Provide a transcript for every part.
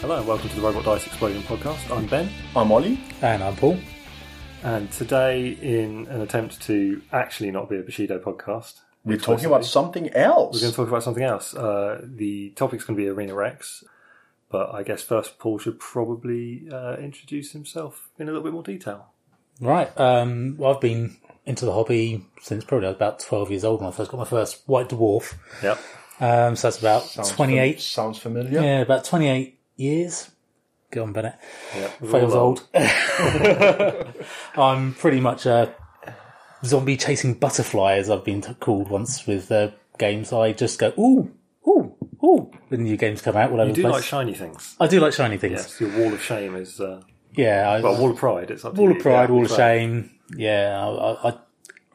Hello and welcome to the Robot Dice Explosion podcast. I'm Ben, I'm Ollie. And I'm Paul. and today, in an attempt to actually not be a Bushido podcast, We're talking about something else. we're going to talk about something else. Uh, the topic's going to be Arena Rex, but I guess first Paul should probably uh, introduce himself in a little bit more detail. Right. Um, well, I've been into the hobby since probably I was about 12 years old when I first got my first white dwarf. Yep. Um, so that's about fam- 28. sounds familiar. yeah, about 28 years. Go on, Bennett. yep. We're Fails all old. I'm pretty much a zombie chasing butterfly, as I've been t- called once with uh, games. I just go, ooh, ooh, ooh, when new games come out all over You do the place. like shiny things. I do like shiny things. Yes. Your wall of shame is uh, Yeah, I, well, wall of pride. It's up to Wall you. of pride, Yeah, wall of shame. Yeah, I, I, I,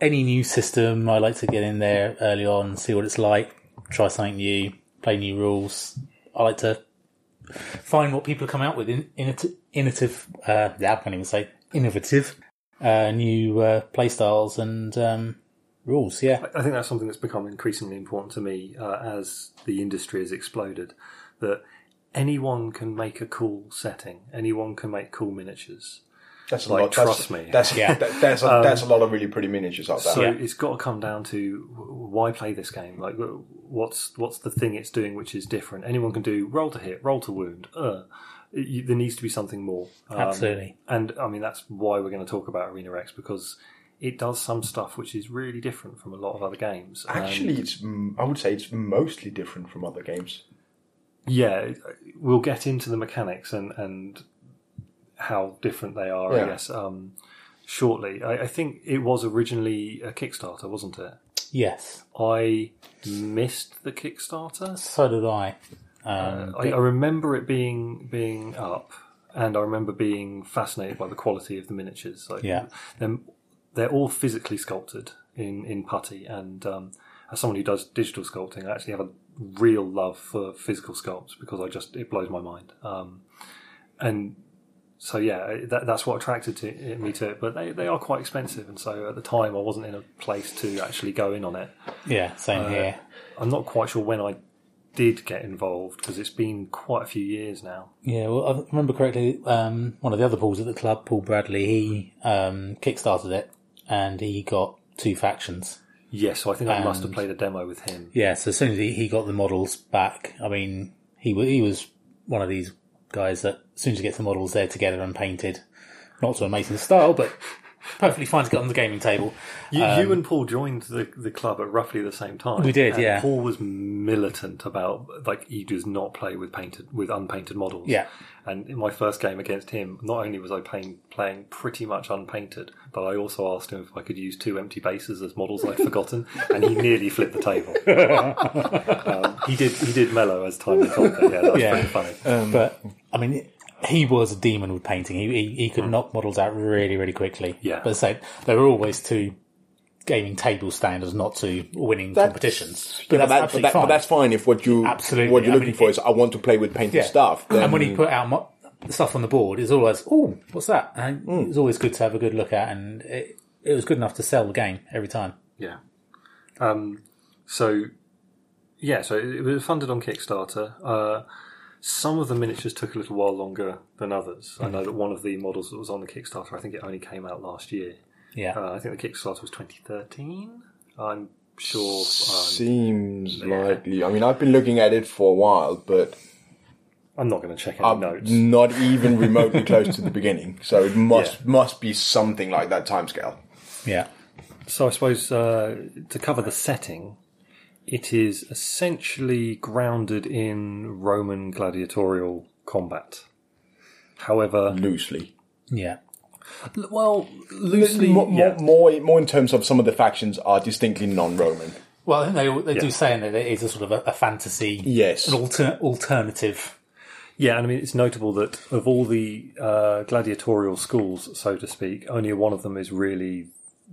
any new system, I like to get in there early on, see what it's like, try something new, play new rules. I like to find what people come out with in, innovat- innovative. Uh, yeah, I can't even say innovative. Uh, new uh, play styles and um, rules. Yeah, I think that's something that's become increasingly important to me uh, as the industry has exploded. That anyone can make a cool setting, anyone can make cool miniatures. That's a Like, lot. That's, trust me. That's, Yeah. that- that's, Um, a, that's a lot of really pretty miniatures out there. So it's got to come down to w- why play this game? Like, w- what's what's the thing it's doing which is different? Anyone can do roll to hit, roll to wound. Uh, you, there needs to be something more. Um, absolutely. And I mean, that's why we're going to talk about Arena X because it does some stuff which is really different from a lot of other games. Uh, And- Actually, it's mm, I would say it's mostly different from other games. yeah, we'll get into the mechanics and and how different they are, I Yeah. guess, um, shortly. I, I think it was originally a Kickstarter, wasn't it? Yes, I missed the Kickstarter. so did I. Um, I, I remember it being being up, and I remember being fascinated by the quality of the miniatures. Like, Yeah. they're, they're all physically sculpted in in putty, and um, as someone who does digital sculpting, I actually have a real love for physical sculpts because I just it blows my mind. Um, and so yeah, that, that's what attracted to, me to it. But they, they are quite expensive, and so at the time I wasn't in a place to actually go in on it. yeah, same uh, here. I'm not quite sure when I did get involved because it's been quite a few years now. Yeah, well, I remember correctly. Um, one of the other Pauls at the club, Paul Bradley, he um, kickstarted it, and he got two factions. Yes, so I think I must have played a demo with him. Yeah, so as soon as he, he got the models back, I mean, he wa- he was one of these guys that as soon as he gets the models, they're together and painted, not to amazing style, but perfectly fine to get on the gaming table. You, you and Paul joined the, the club at roughly the same time. We did, and yeah. Paul was militant about like he does not play with painted with unpainted models. Yeah. And in my first game against him, not only was I playing playing pretty much unpainted, but I also asked him if I could use two empty bases as models I'd forgotten, and he nearly flipped the table. um, he did he did mellow as time went on. though. Yeah, that was Yeah. pretty funny. Um, But I mean, he was a demon with painting. He he, he Hmm. could knock models out really really quickly. Yeah. but so they were always to gaming table standards, not to winning competitions. But Yeah, but, that, that's but, absolutely that, fine. but that's fine if what you Absolutely. what you're I mean, looking for it- is I want to play with painted stuff. Then and when he put out mo- stuff on the board, it's always oh, what's that? And Hmm. it was always good to have a good look at, and it it was good enough to sell the game every time. Yeah. Um, so, yeah, so it it was funded on Kickstarter. Uh, some of the miniatures took a little while longer than others. I know that one of the models that was on the Kickstarter, I think it only came out last year. Yeah, Uh, I think the Kickstarter was 2013. I'm sure. Um, seems likely. I mean, I've been looking at it for a while, but I'm not going to check any I'm notes. not even remotely close to the beginning. So it must must be something like that timescale. yeah, So I suppose uh, to cover the setting, it is essentially grounded in Roman gladiatorial combat. However, Loosely, yeah, well, loosely, more, yeah. more more in terms of some of the factions are distinctly non-Roman. Well, I think they all- they Yeah. do say in there that it is a sort of a, a fantasy, Yes, an alter, alternative. Yeah, and I mean, it's notable that of all the uh, gladiatorial schools, so to speak, only one of them is really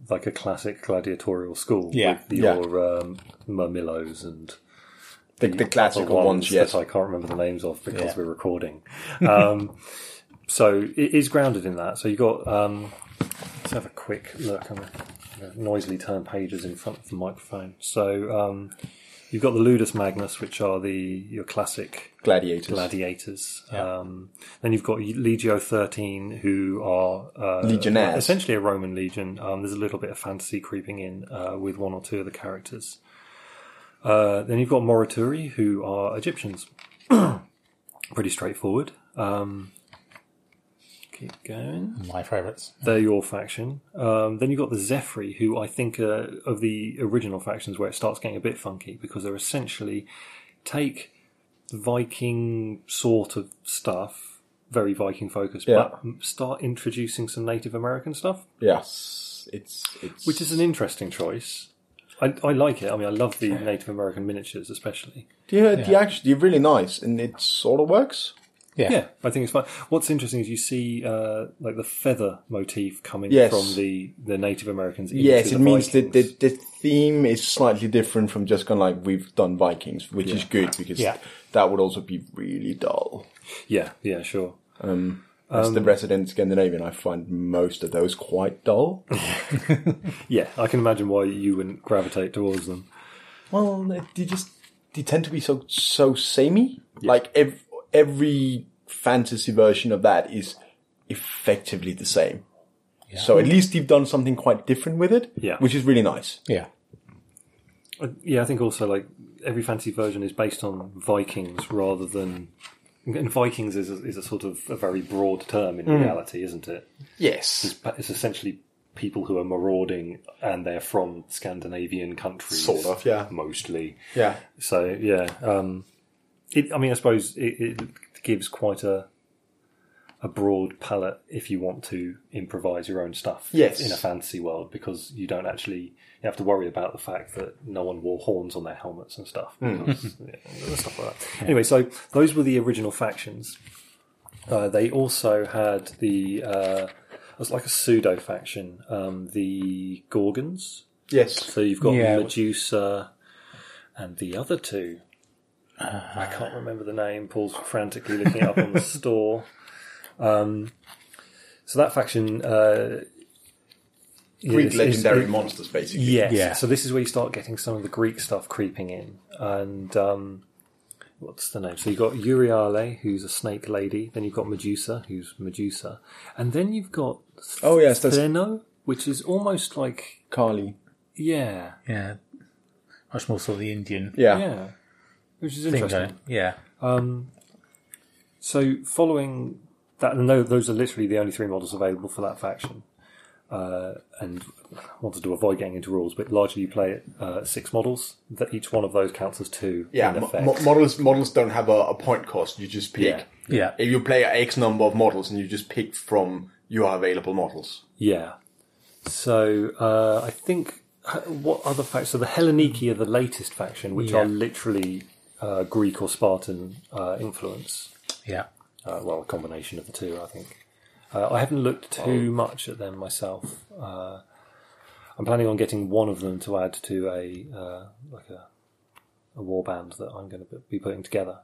like a classic gladiatorial school. Yeah. With your um, Marmillos and the, the classical ones, ones. Yes, that I can't remember the names of because Yeah. we're recording. Um, so it is grounded in that. So you got. Um, let's have a quick look. I'm going to noisily turn pages in front of the microphone. So um, You've got the Ludus Magnus, which are the your classic Gladiators. gladiators. Um, then you've got Legio 13, who are uh, Legionnaires. essentially a Roman legion. Um, there's a little bit of fantasy creeping in uh, with one or two of the characters. Uh, then you've got Morituri, who are Egyptians. Pretty straightforward. Um, keep going My favourites. they're your faction. Um, then you've got the Zephri, who I think are of the original factions where it starts getting a bit funky because they're essentially take Viking sort of stuff, very Viking focused, but start introducing some Native American stuff, Yes, it's it's which is an interesting choice. I, I like it. I mean, I love the Native American miniatures, especially. yeah, the actually really nice and it sort of works. Yeah. Yeah, I think it's fun. What's interesting is you see uh, like the feather motif coming Yes. from the, the Native Americans. Into Yes, the it means that the, Vikings. the theme is slightly different from just kind of like we've done Vikings, which is good because Yeah. that would also be really dull. yeah, yeah, sure. As Um, the resident Scandinavian, I find most of those quite dull. Yeah, I can imagine why you wouldn't gravitate towards them. Well, they just they tend to be so so samey. Like ev- every fantasy version of that is effectively the same. So at least you've done something quite different with it, Yeah. which is really nice. Yeah. Uh, Yeah, I think also like every fantasy version is based on Vikings rather than. And Vikings is a, is a sort of a very broad term in reality, isn't it? Yes, But it's essentially people who are marauding and they're from Scandinavian countries, Sort of, yeah. mostly. yeah, So yeah, um, it, I mean, I suppose it, it gives quite a a broad palette if you want to improvise your own stuff. Yes. in a fantasy world because you don't actually you have to worry about the fact that no one wore horns on their helmets and stuff, because, yeah, stuff like that. Anyway, so those were the original factions. Uh, they also had the uh, it was like a pseudo faction, um, the Gorgons. yes. So you've got Yeah. Medusa and the other two. I can't remember the name. Paul's frantically looking it up on the store. Um, so that faction, uh, yeah, Greek is- is- legendary monsters, basically. Yes. Yeah. So this is where you start getting some of the Greek stuff creeping in. And um, what's the name? So you've got Euryale, who's a snake lady. Then you've got Medusa, who's Medusa. And then you've got Oh yes, that's Theno, which is almost like, Carly. yeah, Yeah. Much more sort of the Indian Yeah. yeah. Which is thing interesting. going. Yeah. So following that, and tho- those are literally the only three models available for that faction. Uh, and I wanted to avoid getting into rules, but largely you play uh, six models. That each one of those counts as two. Yeah, in mo- effect. mo- models models don't have a, a point cost. You just pick. Yeah. Yeah. If you play X number of models and you just pick from your available models. yeah. So uh, I think h- what other factions? So the Helleniki are the latest faction, which Yeah. are literally uh, Greek or Spartan uh, influence. Yeah. uh, well, a combination of the two, I think. Uh, I haven't looked too much at them myself. Uh, I'm planning on getting one of them to add to a uh, like a, a war band that I'm going to be putting together.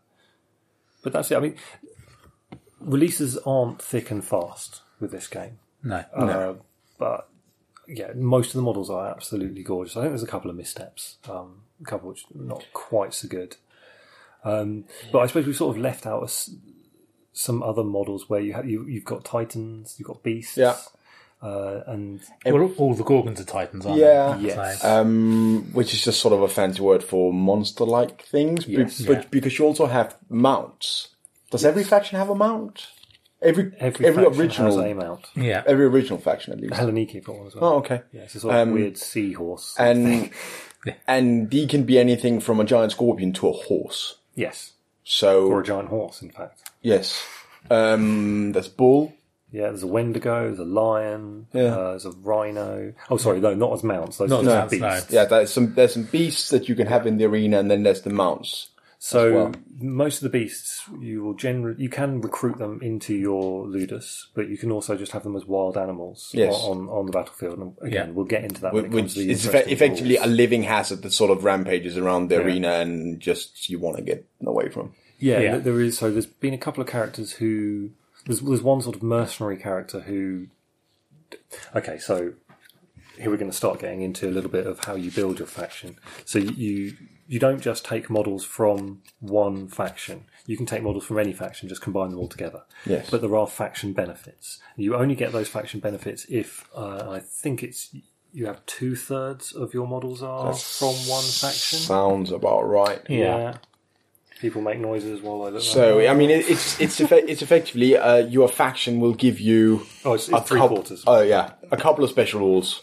But that's it. I mean, releases aren't thick and fast with this game, No. Um, uh, but yeah, most of the models are absolutely gorgeous. I think there's a couple of missteps, um, a couple which are not quite so good. Um, But I suppose we've sort of left out a s some other models where you have you, you've got titans, you've got beasts, Yeah. uh, and well, all the Gorgons are Titans, aren't Yeah. they? Yes. So- Um, which is just sort of a fancy word for monster-like things, be- Yes. but because you also have mounts. Does every faction have a mount? Every every, every, faction original has a mount. yeah. every original faction at least. Helleniki have got one as well. Oh, uh, okay. Yeah, it's a sort of weird seahorse. And and they can be anything from a giant scorpion to a horse. yes, So or a giant horse, in fact. yes, um, that's bull. Yeah, there's a Wendigo, there's a lion, uh, there's a rhino. Oh, sorry, no, not as mounts. Those are as just mounts, no. beasts. Yeah, there's some there's some beasts that you can have in the arena, and then there's the mounts. So well. most of the beasts you will generally you can recruit them into your ludus, but you can also just have them as wild animals Yes. on, on the battlefield. And again, Yeah. we'll get into that. When it comes Which to the is effe- interesting effectively rules. a living hazard that sort of rampages around the arena and just you want to get away from. yeah, Yeah. th- There is so there's been a couple of characters who there's there's one sort of mercenary character who. Okay, so here we're going to start getting into a little bit of how you build your faction. So you you don't just take models from one faction. You can take models from any faction, just combine them all together. Yes. But there are faction benefits. You only get those faction benefits if uh, I think it's you have two thirds of your models are from one faction. Sounds about right. Yeah. People make noises while I look. So I mean, it, it's it's effe- it's effectively uh, your faction will give you oh, it's, a it's three coup- quarters. Oh yeah, a couple of special rules.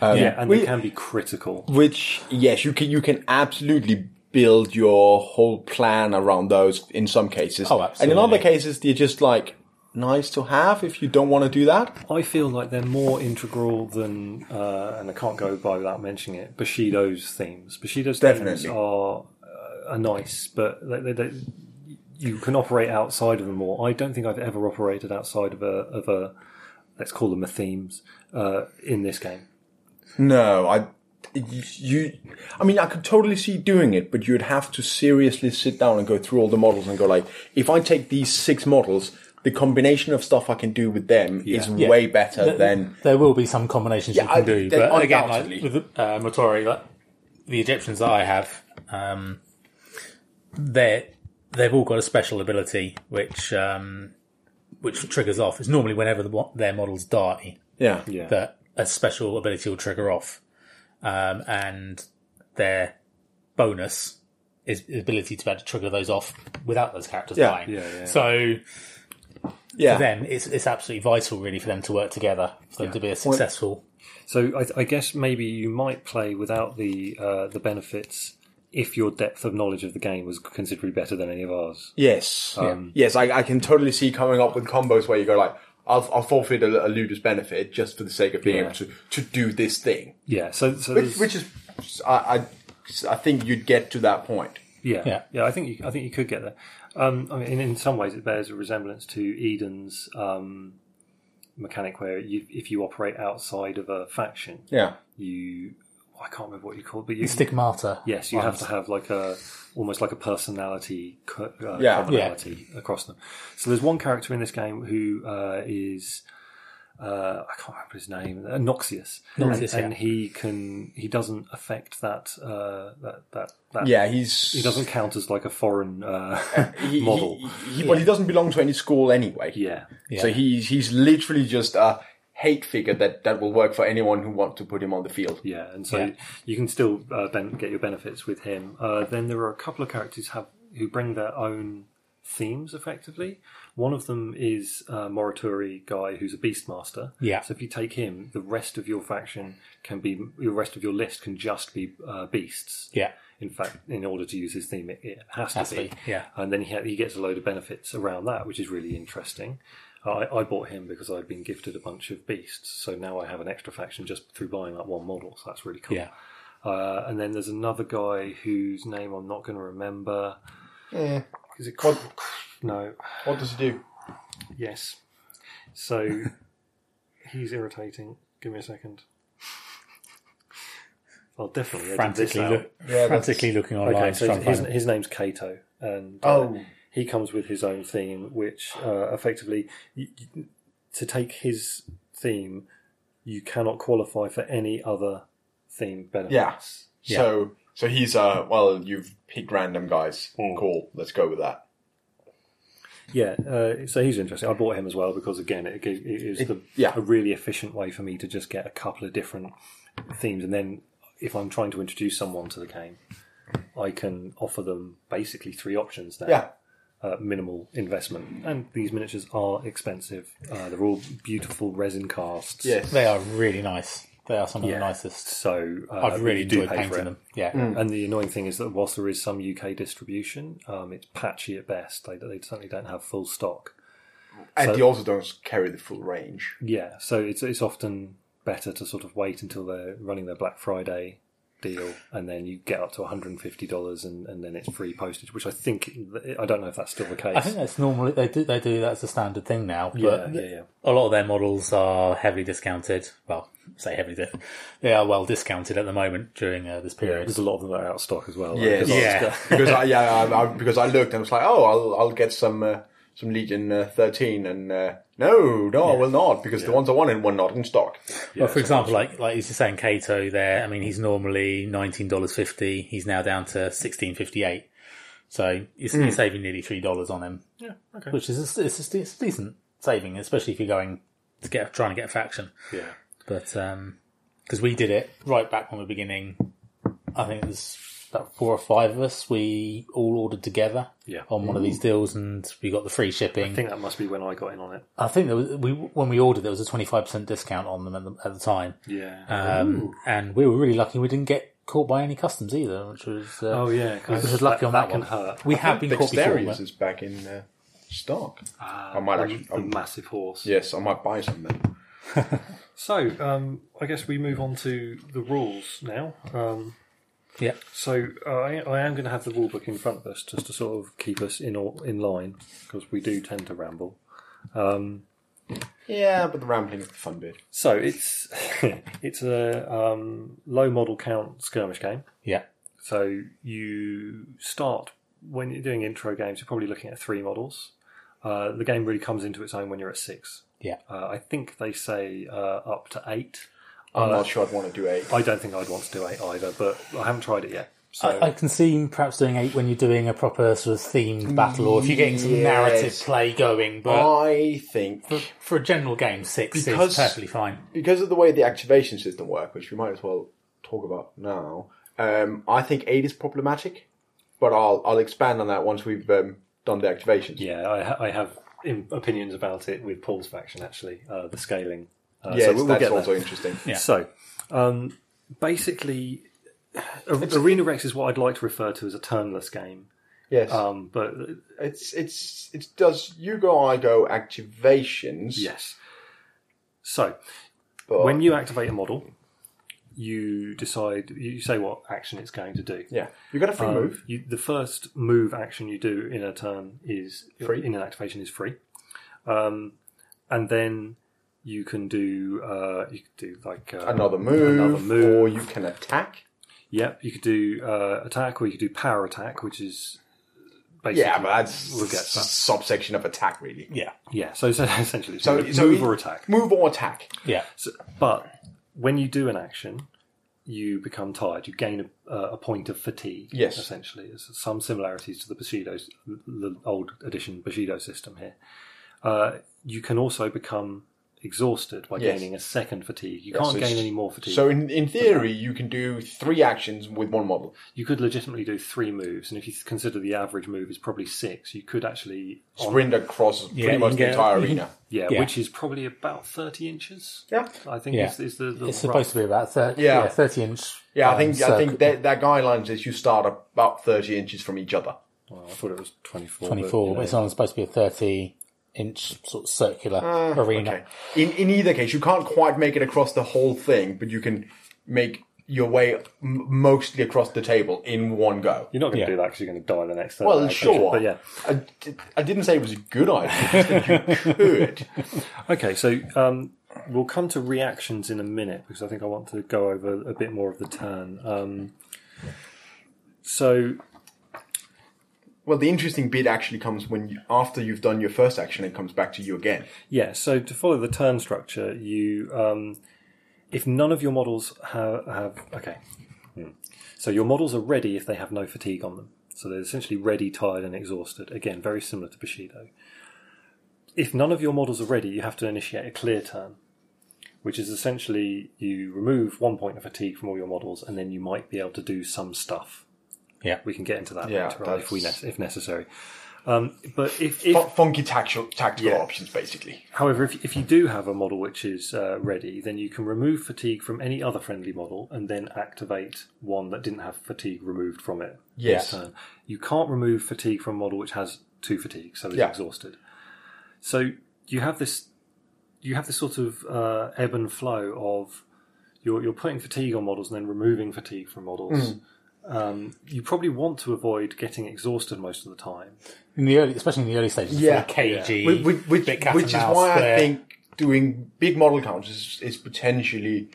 yeah, and um, we- they can be critical. Which yes, you can you can absolutely build your whole plan around those in some cases. Oh, And in other absolutely. cases, they're just like nice to have if you don't want to do that. I feel like they're more integral than, uh, and I can't go by without mentioning it. Bushido's themes. Bushido's Definitely. themes are uh, are nice, but they, they, they, you can operate outside of them more. I don't think I've ever operated outside of a of a let's call them a themes uh, in this game. No, I you I mean I could totally see doing it, but you'd have to seriously sit down and go through all the models and go like, if I take these six models, the combination of stuff I can do with them is Yeah. way better Th- than there will be some combinations you Yeah, can I- do, there- but again, like undoubtedly. with uh, Motori, like, the Egyptians that I have, um, they they've all got a special ability which um, which triggers off. It's normally whenever the, mo- their models die yeah. Yeah, that a special ability will trigger off, um, and their bonus is the ability to be able to trigger those off without those characters Yeah, dying. yeah, yeah. So Yeah. for them, it's it's absolutely vital, really, for them to work together for them to be a successful. So I, I guess maybe you might play without the uh, the benefits if your depth of knowledge of the game was considerably better than any of ours. Yes. yes, I, I can totally see coming up with combos where you go like, I'll, I'll forfeit a, a looter's benefit just for the sake of being able to, to do this thing. Yeah. So so Which, there's- which is, I, I, I think you'd get to that point. Yeah, Yeah. yeah, I think you, I think you could get there. Um, I mean, in, in some ways, it bears a resemblance to Eden's um, mechanic, where you, if you operate outside of a faction, Yeah. you I can't remember what you call it, but you Stigmata. yes, you have to have like a almost like a personality co- uh, Yeah. commonality across them. So there's one character in this game who uh, is. Uh, I can't remember his name. Uh, Noxious, Noxious, and, and yeah. he can he doesn't affect that uh, that that that Yeah, he's. he doesn't count as like a foreign uh, model. He, he- Well, he doesn't belong to any school anyway. yeah, So he's, he's literally just a hate figure that, that will work for anyone who wants to put him on the field. yeah, and so Yeah. you can still uh, ben- get your benefits with him. Uh, then there are a couple of characters have who bring their own themes effectively. One of them is uh, Morituri guy who's a beastmaster. Yeah. So if you take him, the rest of your faction can be the rest of your list can just be uh, beasts. Yeah. In fact, in order to use his theme, it, it has, Has to to be. be, yeah. And then he, ha- he gets a load of benefits around that, which is really interesting. I, I bought him because I'd been gifted a bunch of beasts, so now I have an extra faction just through buying that one model. So that's really cool. Yeah. Uh, and then there's another guy whose name I'm not going to remember. Is it Cod? No. What does it do? Yes. So he's irritating. Give me a second. I'll definitely edit this Frantically, out. look, frantically looking online. Okay, trying so to his, find it. his name's Cato, and uh, Oh. he comes with his own theme, which uh, effectively, y y- to take his theme, you cannot qualify for any other theme benefits. So, so he's, uh, well, you've picked random guys. Hmm. Cool. Let's go with that. Yeah, uh, so he's interesting. I bought him as well because again, it, gave- it is the, yeah. a really efficient way for me to just get a couple of different themes, and then if I'm trying to introduce someone to the game, I can offer them basically three options now. Yeah. uh, minimal investment. And these miniatures are expensive. Uh, they're all beautiful resin casts. Yes. They are really nice. They are some of Yeah. the nicest. So uh, I've really you do enjoyed pay for it. Mm. painting them. Yeah. And the annoying thing is that whilst there is some UK distribution, um, it's patchy at best. They, they certainly don't have full stock. And they also don't carry the full range. Yeah, so it's it's often better to sort of wait until they're running their Black Friday deal, and then you get up to one hundred and fifty dollars, and and then it's free postage. Which I think I don't know if that's still the case. I think that's normally they do. They do. That's a standard thing now. But yeah, yeah, yeah. a lot of their models are heavily discounted. Well, say heavily, di- they are well discounted at the moment during uh, this period. There's a lot of them that are out of stock as well. Yes. because I was- Yeah. because I yeah I, I, because I looked and was like oh I'll I'll get some uh, some Legion uh, 13, and uh, no, no, I will not because the ones I wanted were not in stock. well, for example, like like he's just saying Cato there. I mean, he's normally nineteen dollars fifty. He's now down to sixteen fifty eight. So you're, you're saving nearly three dollars on him, Hmm. Yeah, okay. which is a, it's, a, it's a decent saving, especially if you're going to get trying to get a faction. Yeah. But because we did it right back from the beginning, I think it was about four or five of us. We all ordered together Yeah. on one of these deals, and we got the free shipping. I think that must be when I got in on it. I think there was, we when we ordered, there was a twenty five percent discount on them at the, at the time, Yeah. um, and we were really lucky. We didn't get caught by any customs either, which was uh, oh yeah, we were just lucky on that, can one. hurt. We have been caught before. Dexterius but- is back in uh, stock. Ah, I might the- actually- the I'm- massive horse. Yes, I might buy some then. So um, I guess we move on to the rules now. Um, Yeah, so uh, I, I am going to have the rule book in front of us just to sort of keep us in or, in line because we do tend to ramble. Yeah, but the rambling is the fun bit. So it's it's a um, low model count skirmish game. yeah, So you start when you're doing intro games. You're probably looking at three models. Uh, the game really comes into its own when you're at six. yeah. Uh, I think they say uh, up to eight. Oh, I'm not sure I'd want to do eight. I don't think I'd want to do eight either, but I haven't tried it yet. So I, I can see perhaps doing eight when you're doing a proper sort of themed battle, or if you're getting some Yes. narrative play going. But I think for, for a general game, six Because- is perfectly fine. because of the way the activation system work, which we might as well talk about now, um, I think eight is problematic. But I'll I'll expand on that once we've um, done the activations. yeah, I, ha- I have im- opinions about it with Paul's faction actually, uh, the scaling. Uh, Yes, so we'll, we'll that's get there. also interesting. Yeah. So, um, basically, a- Arena Rex is what I'd like to refer to as a turnless game, Yes, um, but it's it's it does you go I go activations. yes. So, but when you activate a model, you decide you say what action it's going to do. yeah you got a free Um, move. You, the first move action you do in a turn is Free. in an activation is free, um, and then you can do uh, you could do like uh, Another move, another move. or you can attack. Yep, you could do uh, attack or you could do power attack, which is basically Yeah, but that's we'll get to that. subsection of attack, really. Yeah, yeah. So, so essentially, it's So- move, so move you- or attack. Move or attack. yeah. So, but when you do an action, you become tired. You gain a, a point of fatigue. Yes. essentially, there's some similarities to the Bushido's the old edition Bushido system here. Uh, you can also become exhausted by Yes. gaining a second fatigue. You so can't it's- gain any more fatigue. So in, in theory, you can do three actions with one model. you could legitimately do three moves, and if you consider the average move is probably six, you could actually on- Sprint across Yeah, pretty you much the can get- entire you can- arena. Yeah, Yeah. which is probably about thirty inches. Yeah, I think Yeah. is, is the, the It's rough- supposed to be about thir- Yeah. yeah. thirty inch. yeah. I um, think I circle. think that that guideline says you start about thirty inches from each other. Well, I thought it was twenty four. 24, but it's only supposed to be a 30 inch sort of circular arena. Ah, Okay. In in either case, you can't quite make it across the whole thing, but you can make your way m- mostly across the table in one go. You're not going to do Yeah. that because you're going to die the next. Well, turn, I take sure. it, But yeah. I, di- I didn't say it was a good idea. just that you could. Okay, so um, we'll come to reactions in a minute because I think I want to go over a bit more of the turn. Um, so Well, the interesting bit actually comes when you, after you've done your first action, it comes back to you again. yeah, so to follow the turn structure, you um, if none of your models have, have okay, Hmm. so your models are ready if they have no fatigue on them. So they're essentially ready, tired, and exhausted. Again, very similar to Bushido. If none of your models are ready, you have to initiate a clear turn, which is essentially you remove one point of fatigue from all your models, and then you might be able to do some stuff. Yeah. we can get into that Yeah, later on if we that's- ne- if necessary. Um, but if, if Fun- funky tactical, tactical options, basically. However, if, if you do have a model which is uh, ready, then you can remove fatigue from any other friendly model and then activate one that didn't have fatigue removed from it. Yes. Uh, you can't remove fatigue from a model which has two fatigue, so it's Yeah. exhausted. So you have this, you have this sort of uh, ebb and flow of you're you're putting fatigue on models and then removing fatigue from Mm. models. Um, you probably want to avoid getting exhausted most of the time. In the early, especially in the early stages, Yeah. yeah, cagey, Which, which, which, bit cat which and is mouse why there. I think doing big model counts is, is potentially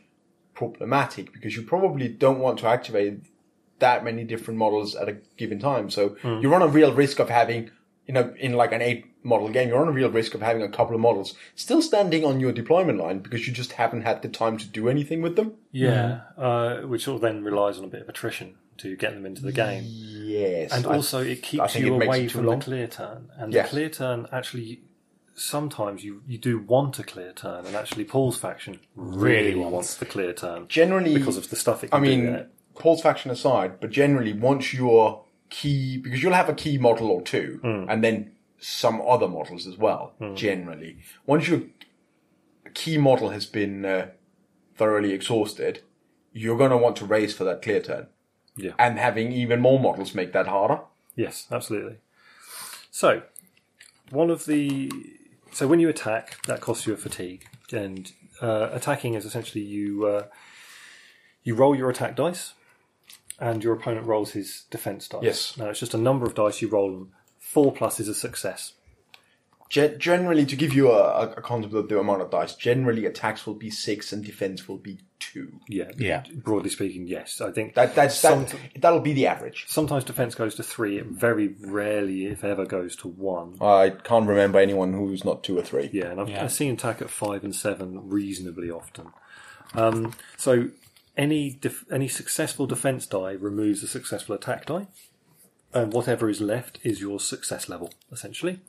problematic because you probably don't want to Hmm. activate that many different models at a given time. So you run a real risk of having in a in like an eight model game, you're on a real risk of having a couple of models still standing on your deployment line because you just haven't had the time to do anything with them. Yeah, Mm-hmm. uh, which sort of then relies on a bit of attrition to get them into the game. Yes, And I- also, it I keeps think you it makes away it too from long. the clear turn. And Yes. the clear turn actually, sometimes you, you do want a clear turn, and actually, Paul's faction really wants the clear turn generally because of the stuff it I can do in mean, it. Paul's faction aside, but generally, once your key, because you'll have a key model or two, Hmm. and then some other models as well, generally. Once your key model has been uh, thoroughly exhausted, you're going to want to race for that clear turn. Yeah. And having even more models make that harder. Yes, absolutely. So, one of the so when you attack, that costs you a fatigue, and uh, attacking is essentially you uh, you roll your attack dice, and your opponent rolls his defense dice. Yes. Now it's just a number of dice you roll. Them. Four plus is a success. Ge- generally, to give you a, a concept of the amount of dice, generally attacks will be six and defense will be two. Yeah. Yeah. Broadly speaking, yes. I think That, that's, that, Somet- that'll be the average. sometimes defense goes to three. It very rarely, if ever, goes to one. I can't remember anyone who's not two or three. Yeah, and I've, I've seen attack at five and seven reasonably often. Um, so any def- any successful defense die removes a successful attack die, and whatever is left is your success level essentially.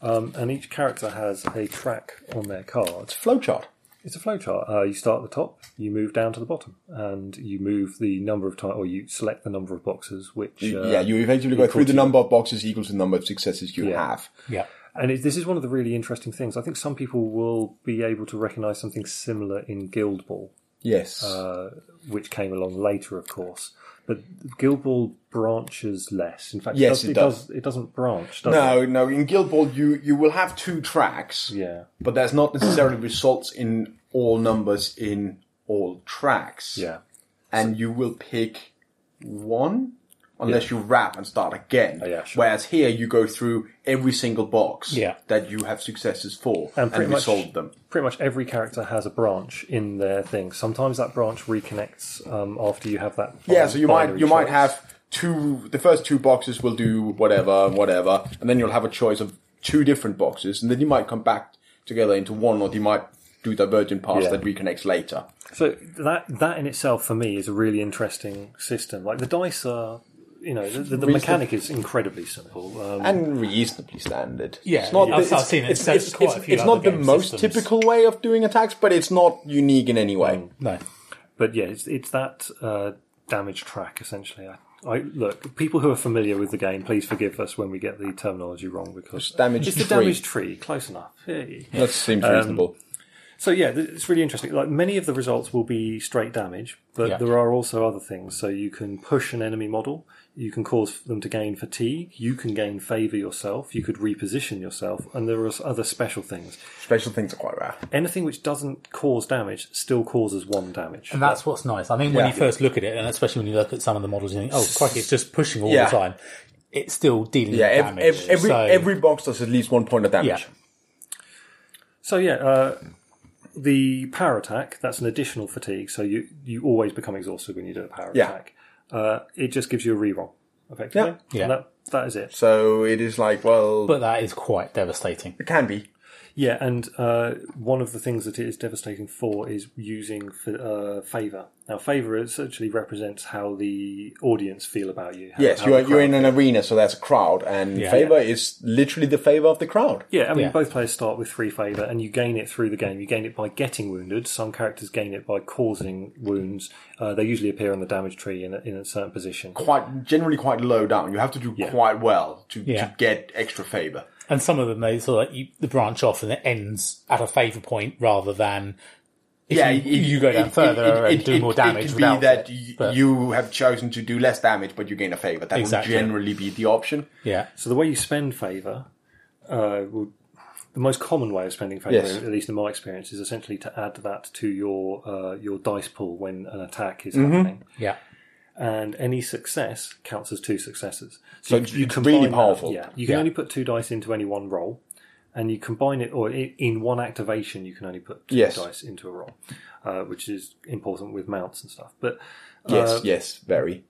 Um, and each character has a track on their card. Flowchart. It's a flowchart. Uh, you start at the top, you move down to the bottom, and you move the number of times, or you select the number of boxes which. Uh, yeah, you effectively go through the number of boxes equals the number of successes you Yeah. have. Yeah. And it, this is one of the really interesting things. I think some people will be able to recognise something similar in Guild Ball, Yes. Uh, which came along later, of course. But Guild Ball branches less. In fact, Yes, it, it does, it does. It doesn't branch, does it? no, no. In Guild Ball, you you will have two tracks, Yeah. but there's not necessarily results in all numbers in all tracks. Yeah. and you will pick one unless you wrap and start again. Oh, yeah, sure. Whereas here, you go through every single box Yeah. that you have successes for And and, pretty much- resolve them. Pretty much every character has a branch in their thing. Sometimes that branch reconnects um, after you have that. Yeah, bi- so you might binary you might choice. have two. The first two boxes will do whatever, whatever, and then you'll have a choice of two different boxes, and then you might come back together into one, or you might do divergent paths Yeah. that reconnects later. So that that in itself for me is a really interesting system. Like the dice are, you know, the, the, the mechanic is incredibly simple. Um, And reasonably standard. Yeah, it's not yeah. the, I've- I've seen it. It's, There's it's- quite a it's- few it's other not the game most systems. typical way of doing attacks, but it's not unique in any way. No. but yeah, it's, it's that uh, damage track essentially. I, I look people who are familiar with the game, please forgive us when we get the terminology wrong because damage it's the tree. damage tree, close enough. Yeah. That seems Um, reasonable. So yeah, th- it's really interesting. Like many of the results will be straight damage, but Yeah. there are also other things. So you can push an enemy model, you can cause them to gain fatigue, you can gain favor yourself, you could reposition yourself, and there are s- other special things. Special things are quite rare. Anything which doesn't cause damage still causes one damage. And that's what's nice. I mean, when Yeah. you first look at it, and especially when you look at some of the models, you think, oh, crikey, it's just pushing all Yeah. the time. It's still dealing Yeah, with ev- damage. ev- every so, every box does at least one point of damage. Yeah. So yeah, uh, the power attack that's an additional fatigue. So you you always become exhausted when you do a power Yeah. attack. Uh, it just gives you a reroll effectively. Yeah. And that, that is it. So it is like, well, but that is quite devastating. it can be. Yeah, and uh, one of the things that it is devastating for is using f- uh, favor. Now, favor essentially represents how the audience feel about you. how- Yes, how you are the you're in crowd- an arena, so that's a crowd, and favor is literally the favor of the crowd. Yeah, I mean, Yeah. both players start with three favor, and you gain it through the game. You gain it by getting wounded. Some characters gain it by causing wounds. Uh, they usually appear on the damage tree in a, in a certain position. Quite generally, quite low down. You have to do quite well to, Yeah. to get extra favor. And some of them, they sort of like you, the branch off and it ends at a favour point rather than if yeah, you, you go down further and do more damage. It could without be that it, y- but- you have chosen to do less damage, but you gain a favor. That Exactly. would generally be the option. yeah, So the way you spend favor, uh, would, the most common way of spending favor, Yes. at least in my experience, is essentially to add that to your uh, your dice pool when an attack is Mm-hmm. happening, yeah, and any success counts as two successes. So you- it's- you it's really combine that- powerful. yeah, you can Yeah. only put two dice into any one roll, and you combine it, or i- in one activation, you can only put two Yes. dice into a roll, uh, which is important with mounts and stuff. But Yes, uh, yes, very.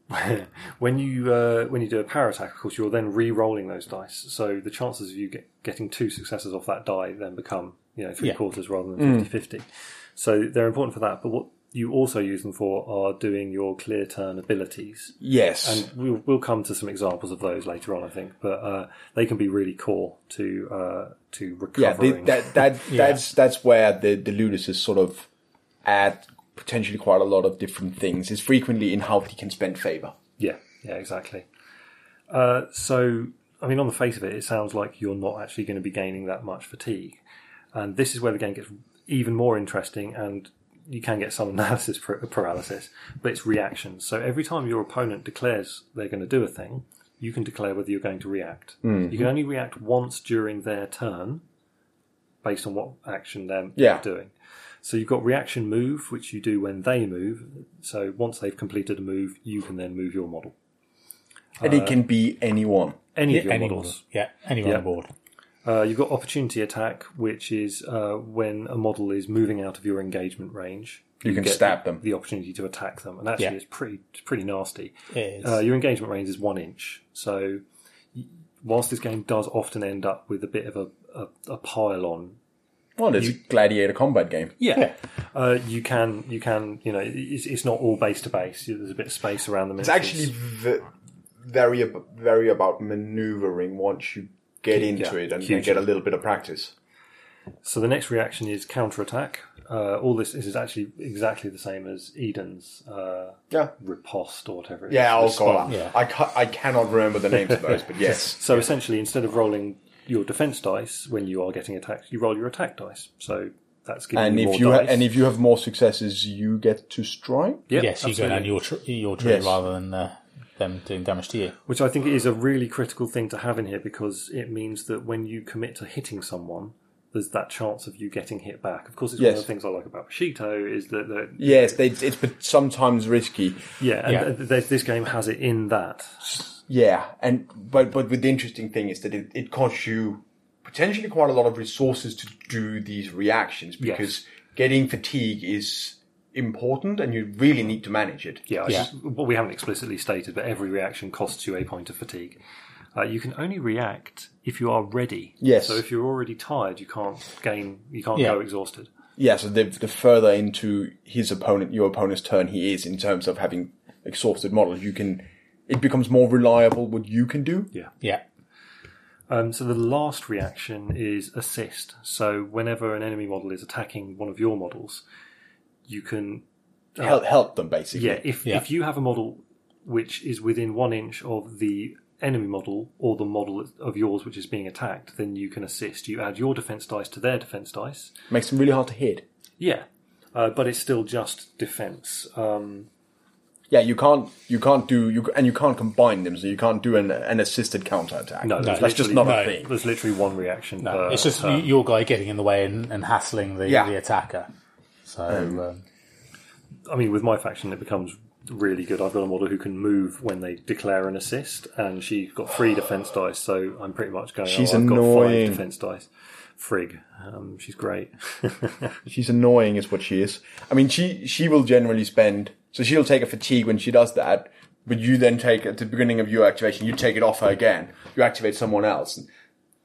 when you uh, when you do a power attack, of course, you're then re-rolling those dice. So the chances of you get, getting two successes off that die then become you know three Yeah. quarters rather Mm. than 50-50. So they're important for that. But what you also use them for are doing your clear turn abilities, Yes. and we'll we'll come to some examples of those later on, I think. But uh, they can be really core to uh, to yeah, recovering. they, that that that's that's where the the ludus is sort of add potentially quite a lot of different things. It's frequently in how he can spend favor. Yeah, yeah, exactly. Uh, so, I mean, on the face of it, it sounds like you're not actually going to be gaining that much fatigue. And this is where the game gets even more interesting, and you can get some analysis par- paralysis, but it's reactions. So, every time your opponent declares they're going to do a thing, you can declare whether you're going to react. You can only react once during their turn based on what action they're Yeah. doing. So you've got reaction move, which you do when they move. So once they've completed a move, you can then move your model. And it can be anyone. Any Yeah, of your anyone. models. Yeah, anyone Yeah. on board. Uh, you've got opportunity attack, which is uh, when a model is moving out of your engagement range. You can stab them. The opportunity to attack them, and actually, Yeah. it's pretty it's pretty nasty. It is. Uh, your engagement range is one inch. So, y- whilst this game does often end up with a bit of a, a, a pile on Well, it's a gladiator combat game. Yeah, Uh, you can, you can, you know, it's, it's not all base to base. There's a bit of space around them. It's It's actually v- very ab- very about maneuvering once you get into Yeah, it and, huge. and get a little bit of practice. so. The next reaction is counterattack. Uh, all this, this is actually exactly the same as Eden's uh, Yeah. riposte or whatever. It is, Yeah, oh response. god, I, ca- I cannot remember the names of those, but yes, So essentially, instead of rolling your defense dice when you are getting attacked, you roll your attack dice. So that's giving And you if more you ha- dice. and if you have more successes, you get to strike. Yep, yes, you go absolutely. down your tr- your tree Yes. rather than uh, them doing damage to you. which I think is a really critical thing to have in here because it means that when you commit to hitting someone, there's that chance of you getting hit back. Of course, it's one Yes. of the things I like about Shito is that, that Yes, they, it's but sometimes risky. yeah, and Yeah. th- th- this game has it in that. Yeah, and but but with the interesting thing is that it, it costs you potentially quite a lot of resources to do these reactions because getting fatigue is important and you really need to manage it. Yeah, I Yeah. Just, well, we haven't explicitly stated, but every reaction costs you a point of fatigue. Uh, you can only react if you are ready. Yes. So if you're already tired, you can't gain, you can't Yeah. go exhausted. yeah. So the the further into his opponent, your opponent's turn, he is in terms of having exhausted models, you can. It becomes more reliable what you can do. Yeah, Um, so the last reaction is assist. So whenever an enemy model is attacking one of your models, you can Help help them basically. Yeah, if Yeah. if you have a model which is within one inch of the enemy model or the model of yours which is being attacked, then you can assist. You add your defense dice to their defense dice. makes them really hard to hit. Yeah, uh, but it's still just defense. Um, Yeah, you can't you can't do you and you can't combine them, so you can't do an an assisted counterattack. no, there's that's just literally- not a no. thing. There's literally one reaction. per Uh, it's just turn. y your guy getting in the way and, and hassling the, Yeah. Oh. the attacker. So um, I mean, with my faction, it becomes really good. I've got a model who can move when they declare an assist, and she's got three defense dice, so I'm pretty much going. She's oh, I've got annoying. five defense dice. Frig, um, she's great. She's annoying, is what she is. I mean, she she will generally spend. So she'll take a fatigue when she does that. But you then take at the beginning of your activation, you take it off her again. You activate someone else,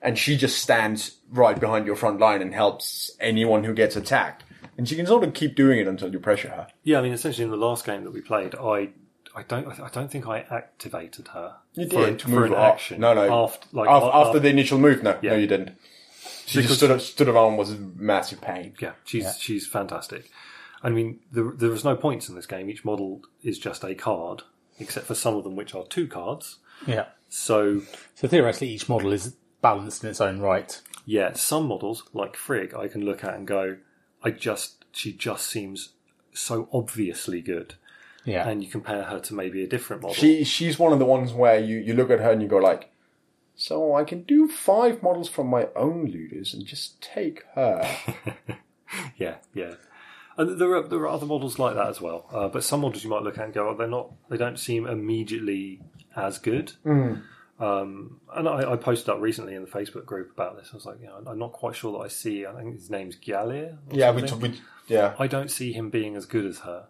and she just stands right behind your front line and helps anyone who gets attacked. And she can sort of keep doing it until you pressure her. Yeah, I mean, essentially in the last game that we played, I, I don't, I don't think I activated her You for, did an- for an her up. action. No, no. after like Af- a- after, the initial move, no, no, Yeah. you didn't. She Because- just stood, stood around was a massive pain. yeah, she's she's fantastic. I mean, there there was no points in this game. Each model is just a card, except for some of them which are two cards. yeah. So So theoretically, each model is balanced in its own right. yeah, some models like Frigg, I can look at and go, I just she just seems so obviously good, Yeah, and you compare her to maybe a different model. She she's one of the ones where you, you look at her and you go like, so I can do five models from my own looters and just take her. Yeah, yeah. And there are there are other models like that as well. Uh, Hmm. but some models you might look at and go, oh, they're not. They don't seem immediately as good. Um, and I, I posted up recently in the Facebook group about this. I was like, you know, I'm not quite sure that I see. I think his name's Gallier. or Yeah, we, something. we, yeah. I don't see him being as good as her.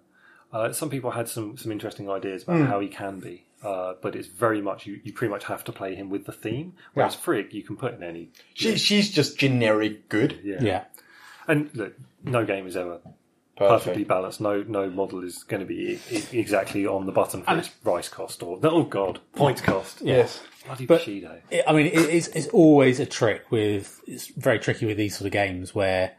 Uh, some people had some, some interesting ideas Hmm. about how he can be, uh, but it's very much you, you pretty much have to play him with the theme. Whereas Yeah. Frigg, you can put in any. She, she's just generic good. Yeah. Yeah. And look, no game is ever perfectly balanced. No no model is going to be e- e- exactly on the button for its price cost or oh god points cost. Yes. Bloody Bushido. I mean, it, it's, it's always a trick with. It's very tricky with these sort of games where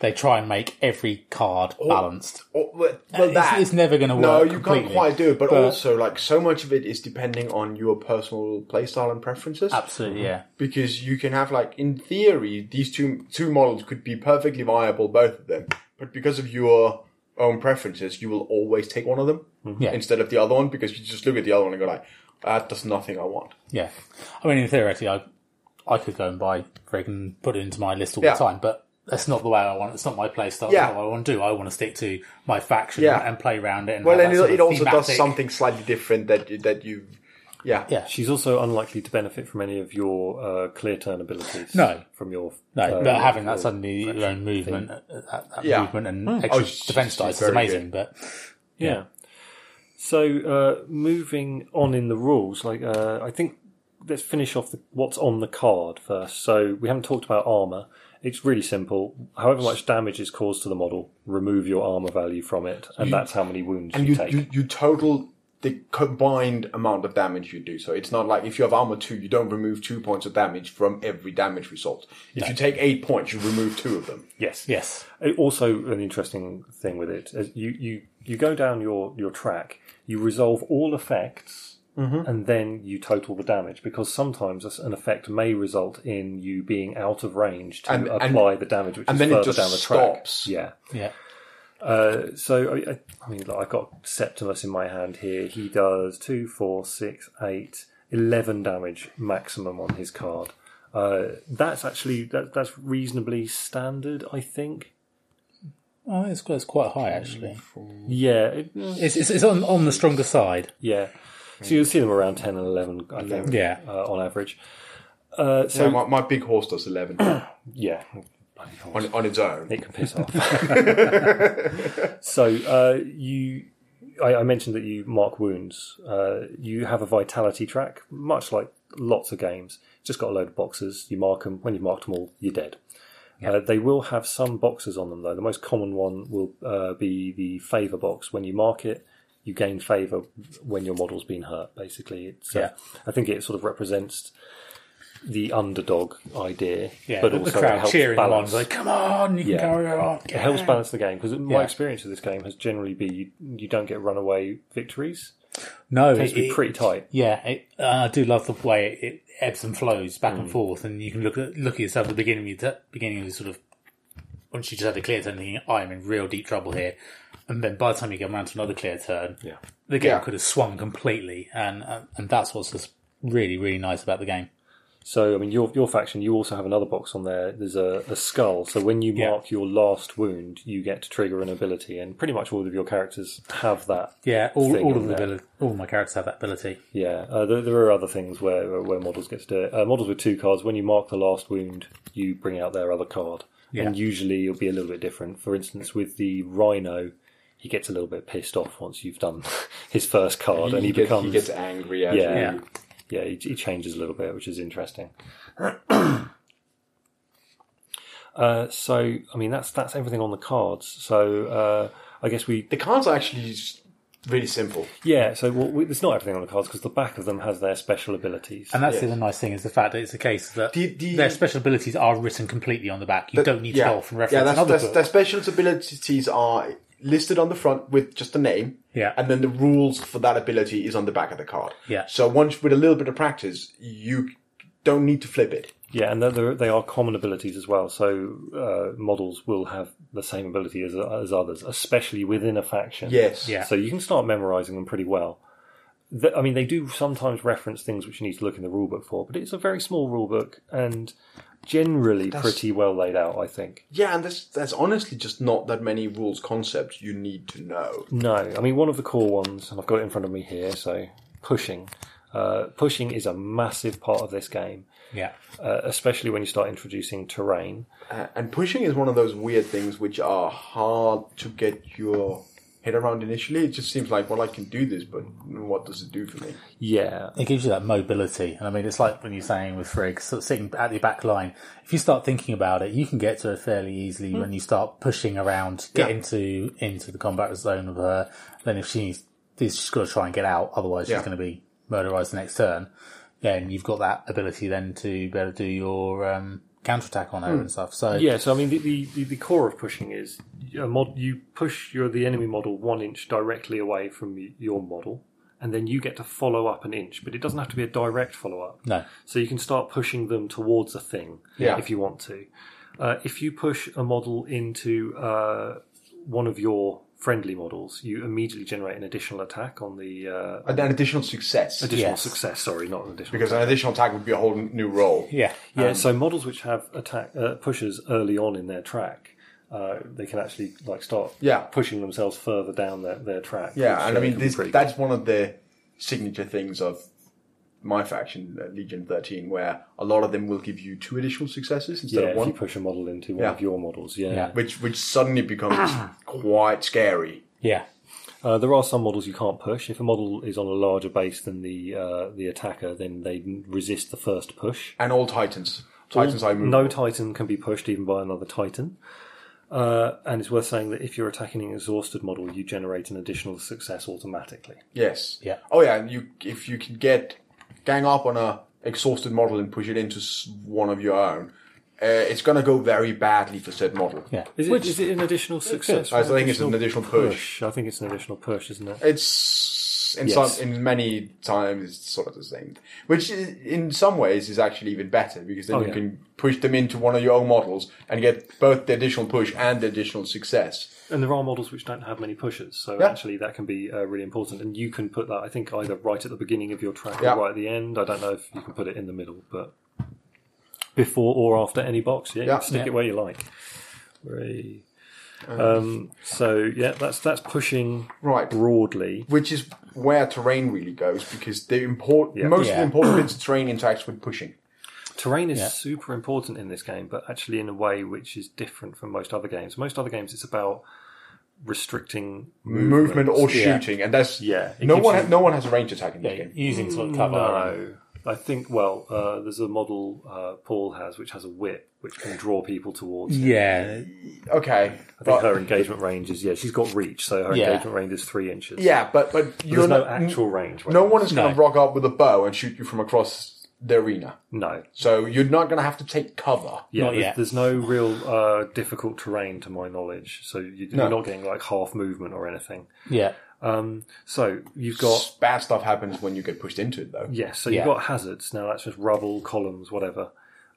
they try and make every card balanced. Or- well, well, It's- Oh. that it's never gonna No, work you can't completely. quite do it. But, But- also, like, so much of it is depending on your personal playstyle and preferences. Absolutely, yeah. because you can have like in theory these two two models could be perfectly viable both of them but because of your own preferences you will always take one of them Mm-hmm. Yeah. instead of the other one because you just look at the other one and go like that does nothing i want Yeah, I mean, in theoretically, I I could go and buy Frigg and put it into my list all Yeah. the time, but that's not the way I want. It's not my play style. Yeah. That's not what I want to do. I want to stick to my faction Yeah. and play around it. And well have and that it, sort of it also does thematic- something slightly different that you, that you yeah Yeah. She's also unlikely to benefit from any of your uh, clear turn abilities. No. from your No, uh, but having your- that suddenly your own movement, uh, that, that Yeah. movement and extra Oh, she's- defense she's dice is very amazing. But Yeah. So uh, moving on in the rules, like uh, I think let's finish off the, what's on the card first. So we haven't talked about armor. It's really simple. However much damage is caused to the model, remove your armor value from it, and that's how many wounds and you, you, take. you you total the combined amount of damage you do. So it's not like if you have armor two, you don't remove two points of damage from every damage result. If you take eight points, you remove two of them. yes. yes, It- Also, an interesting thing with it is you you you go down your your track, you resolve all effects. Mm-hmm. And then you total the damage because sometimes this- an effect may result in you being out of range to And- and- apply the damage, which and is then it further just down the track. stops. Yeah. yeah, Uh, so I, I- I mean, look, I've got Septimus in my hand here. He does two, four, six, eight, eleven damage maximum on his card. Uh, that's actually that, that's reasonably standard, I think. oh, it's, it's quite high actually. Mm-hmm. Yeah, it, It's it's, it's on, on the stronger side. yeah. So you'll see them around ten and eleven, I think, Yeah, uh, on average. Uh, So so my, my big horse does eleven. yeah, on, on its own. it can piss off. so uh, you, I, I mentioned that you mark wounds. Uh, you have a vitality track, much like lots of games. Just got a load of boxes. You mark them. When you've marked them all, you're dead. Uh, they will have some boxes on them though. The most common one will uh, be the favor box. When you mark it, you gain favor when your model's been hurt. Basically, it's. Uh, Yeah. I think it sort of represents the underdog idea, yeah. but the, also the it crowd helps cheering balance along, like, "Come on, you Yeah. can carry on." it helps balance the game because my Yeah. experience of this game has generally been you, you don't get runaway victories. No, It has to be pretty tight. Yeah, it, uh, I do love the way it, it ebbs and flows back Mm. and forth, and you can look at look at yourself at the beginning of your t- beginning of your sort of once you just have a clear turn, thinking I am in real deep trouble here, and then by the time you get around to another clear turn, Yeah. the game Yeah. could have swung completely, and uh, and that's what's just really really nice about the game. So I mean, your your faction, you also have another box on there. There's a, a skull. So when you mark your last wound, you get to trigger an ability, and pretty much all of your characters have that. Yeah, all, Thing all on of the there. abili- all my characters have that ability. Yeah, uh, there, there are other things where where models get to do it. Uh, models with two cards, when you mark the last wound, you bring out their other card, and usually it'll be a little bit different. For instance, with the Rhino, he gets a little bit pissed off once you've done his first card, and he, gets, becomes he gets angry at yeah, you. yeah, he, he changes a little bit, which is interesting. uh, so, I mean, that's that's everything on the cards. So, uh, I guess we The cards are actually s- really simple. yeah. So, well, we, it's not everything on the cards because the back of them has their special abilities. And that's the other nice thing is the fact that it's a case that The- the- their special abilities are written completely on the back. You don't need to go off and reference yeah. That's, another that's, book. their special abilities are listed on the front with just a name. Yeah. And then the rules for that ability is on the back of the card. Yeah. So once with a little bit of practice, you don't need to flip it. Yeah, and they're- they're, they are common abilities as well. So uh, models will have the same ability as, as others, especially within a faction. Yes. Yeah. So you can start memorizing them pretty well. The, I mean, they do sometimes reference things which you need to look in the rulebook for, but it's a very small rulebook and generally pretty well laid out, I think. Yeah, and there's there's honestly just not that many rules concepts you need to know. No, I mean, one of the core ones, and I've got it in front of me here, so pushing. Uh, pushing is a massive part of this game, Yeah. uh, especially when you start introducing terrain. Uh, and pushing is one of those weird things which are hard to get your head around initially. It just seems like, well, I can do this, but what does it do for me? Yeah, It gives you that mobility. And I mean, it's like when you're saying with Frigg, sort of sitting at the back line, if you start thinking about it, you can get to her fairly easily when you start pushing around, get Hmm. Yeah. into, into the combat zone with her. Then if she's, she's got to try and get out, otherwise Yeah. she's going to be murderized the next turn. Then you've got that ability then to be able to do your, um, counterattack on her Hmm. and stuff. So yeah. So I mean, the the, the, the core of pushing is a mod. You push your the enemy model one inch directly away from y- your model, and then you get to follow up an inch. But it doesn't have to be a direct follow up. no, So you can start pushing them towards a thing Yeah. if you want to. Uh, if you push a model into uh, one of your friendly models, you immediately generate an additional attack on the uh, An additional success. additional Yes. success. Sorry, not an additional. because an additional attack would be a whole new role. yeah. yeah, Um, so models which have attack uh, pushes early on in their track, uh, they can actually like start Yeah. pushing themselves further down their, their track. Yeah, which, and uh, I mean can be this, pretty that's one of the signature things of my faction, uh, Legion Thirteen, where a lot of them will give you two additional successes good. yeah, instead of if you one, push a model into one Yeah. of your models, yeah. Yeah. which which suddenly becomes quite scary. Yeah. Uh, there are some models you can't push. If a model is on a larger base than the uh, the attacker, then they resist the first push. And all Titans, Titans, I move. No Titan can be pushed even by another Titan. Uh, and it's worth saying that if you're attacking an exhausted model, you generate an additional success automatically. Yes. Yeah. Oh yeah, and you if you can get gang up on a exhausted model and push it into s- one of your own, uh, it's gonna go very badly for said model. Yeah. Is it, is it an additional success? I or think it's an additional push. I think it's an additional push, isn't it? It's in Yes. some in many times it's sort of the same, which i- in some ways is actually even better because Oh, then you yeah. can push them into one of your own models and get both the additional push and the additional success. And there are models which don't have many pushes, so actually that can be uh, really important. And you can put that, I think, either right at the beginning of your track Yeah. or right at the end. I don't know if you can put it in the middle, but before or after any box, yeah, you Yeah. can stick Yeah. it where you like. Hooray. Um, so yeah, that's that's pushing Right. broadly. Which is where terrain really goes because the import most of Yeah. the important bits of terrain interacts with pushing. Terrain is super important in this game, but actually in a way which is different from most other games. Most other games, it's about restricting movement or Yeah. shooting, and that's Yeah, it No gives one, you- ha- no one has a range attack in this game. Using Mm, sort of cover. No, I think. Well, uh, there's a model uh, Paul has which has a whip which can draw people towards. him. Yeah. Okay, I think but, her engagement range is yeah. She's got reach, so her Yeah. engagement range is three inches. yeah, but but you're there's no not- actual range. No one is going No. to rock up with a bow and shoot you from across the arena. No. So you're not going to have to take cover. Yeah, Not there's, yet. there's no real uh, difficult terrain, to my knowledge. So you, you're not getting like half movement or anything. Yeah. So you've got Bad stuff happens when you get pushed into it, though. Yes, so Yeah. you've got hazards. Now that's just rubble, columns, whatever.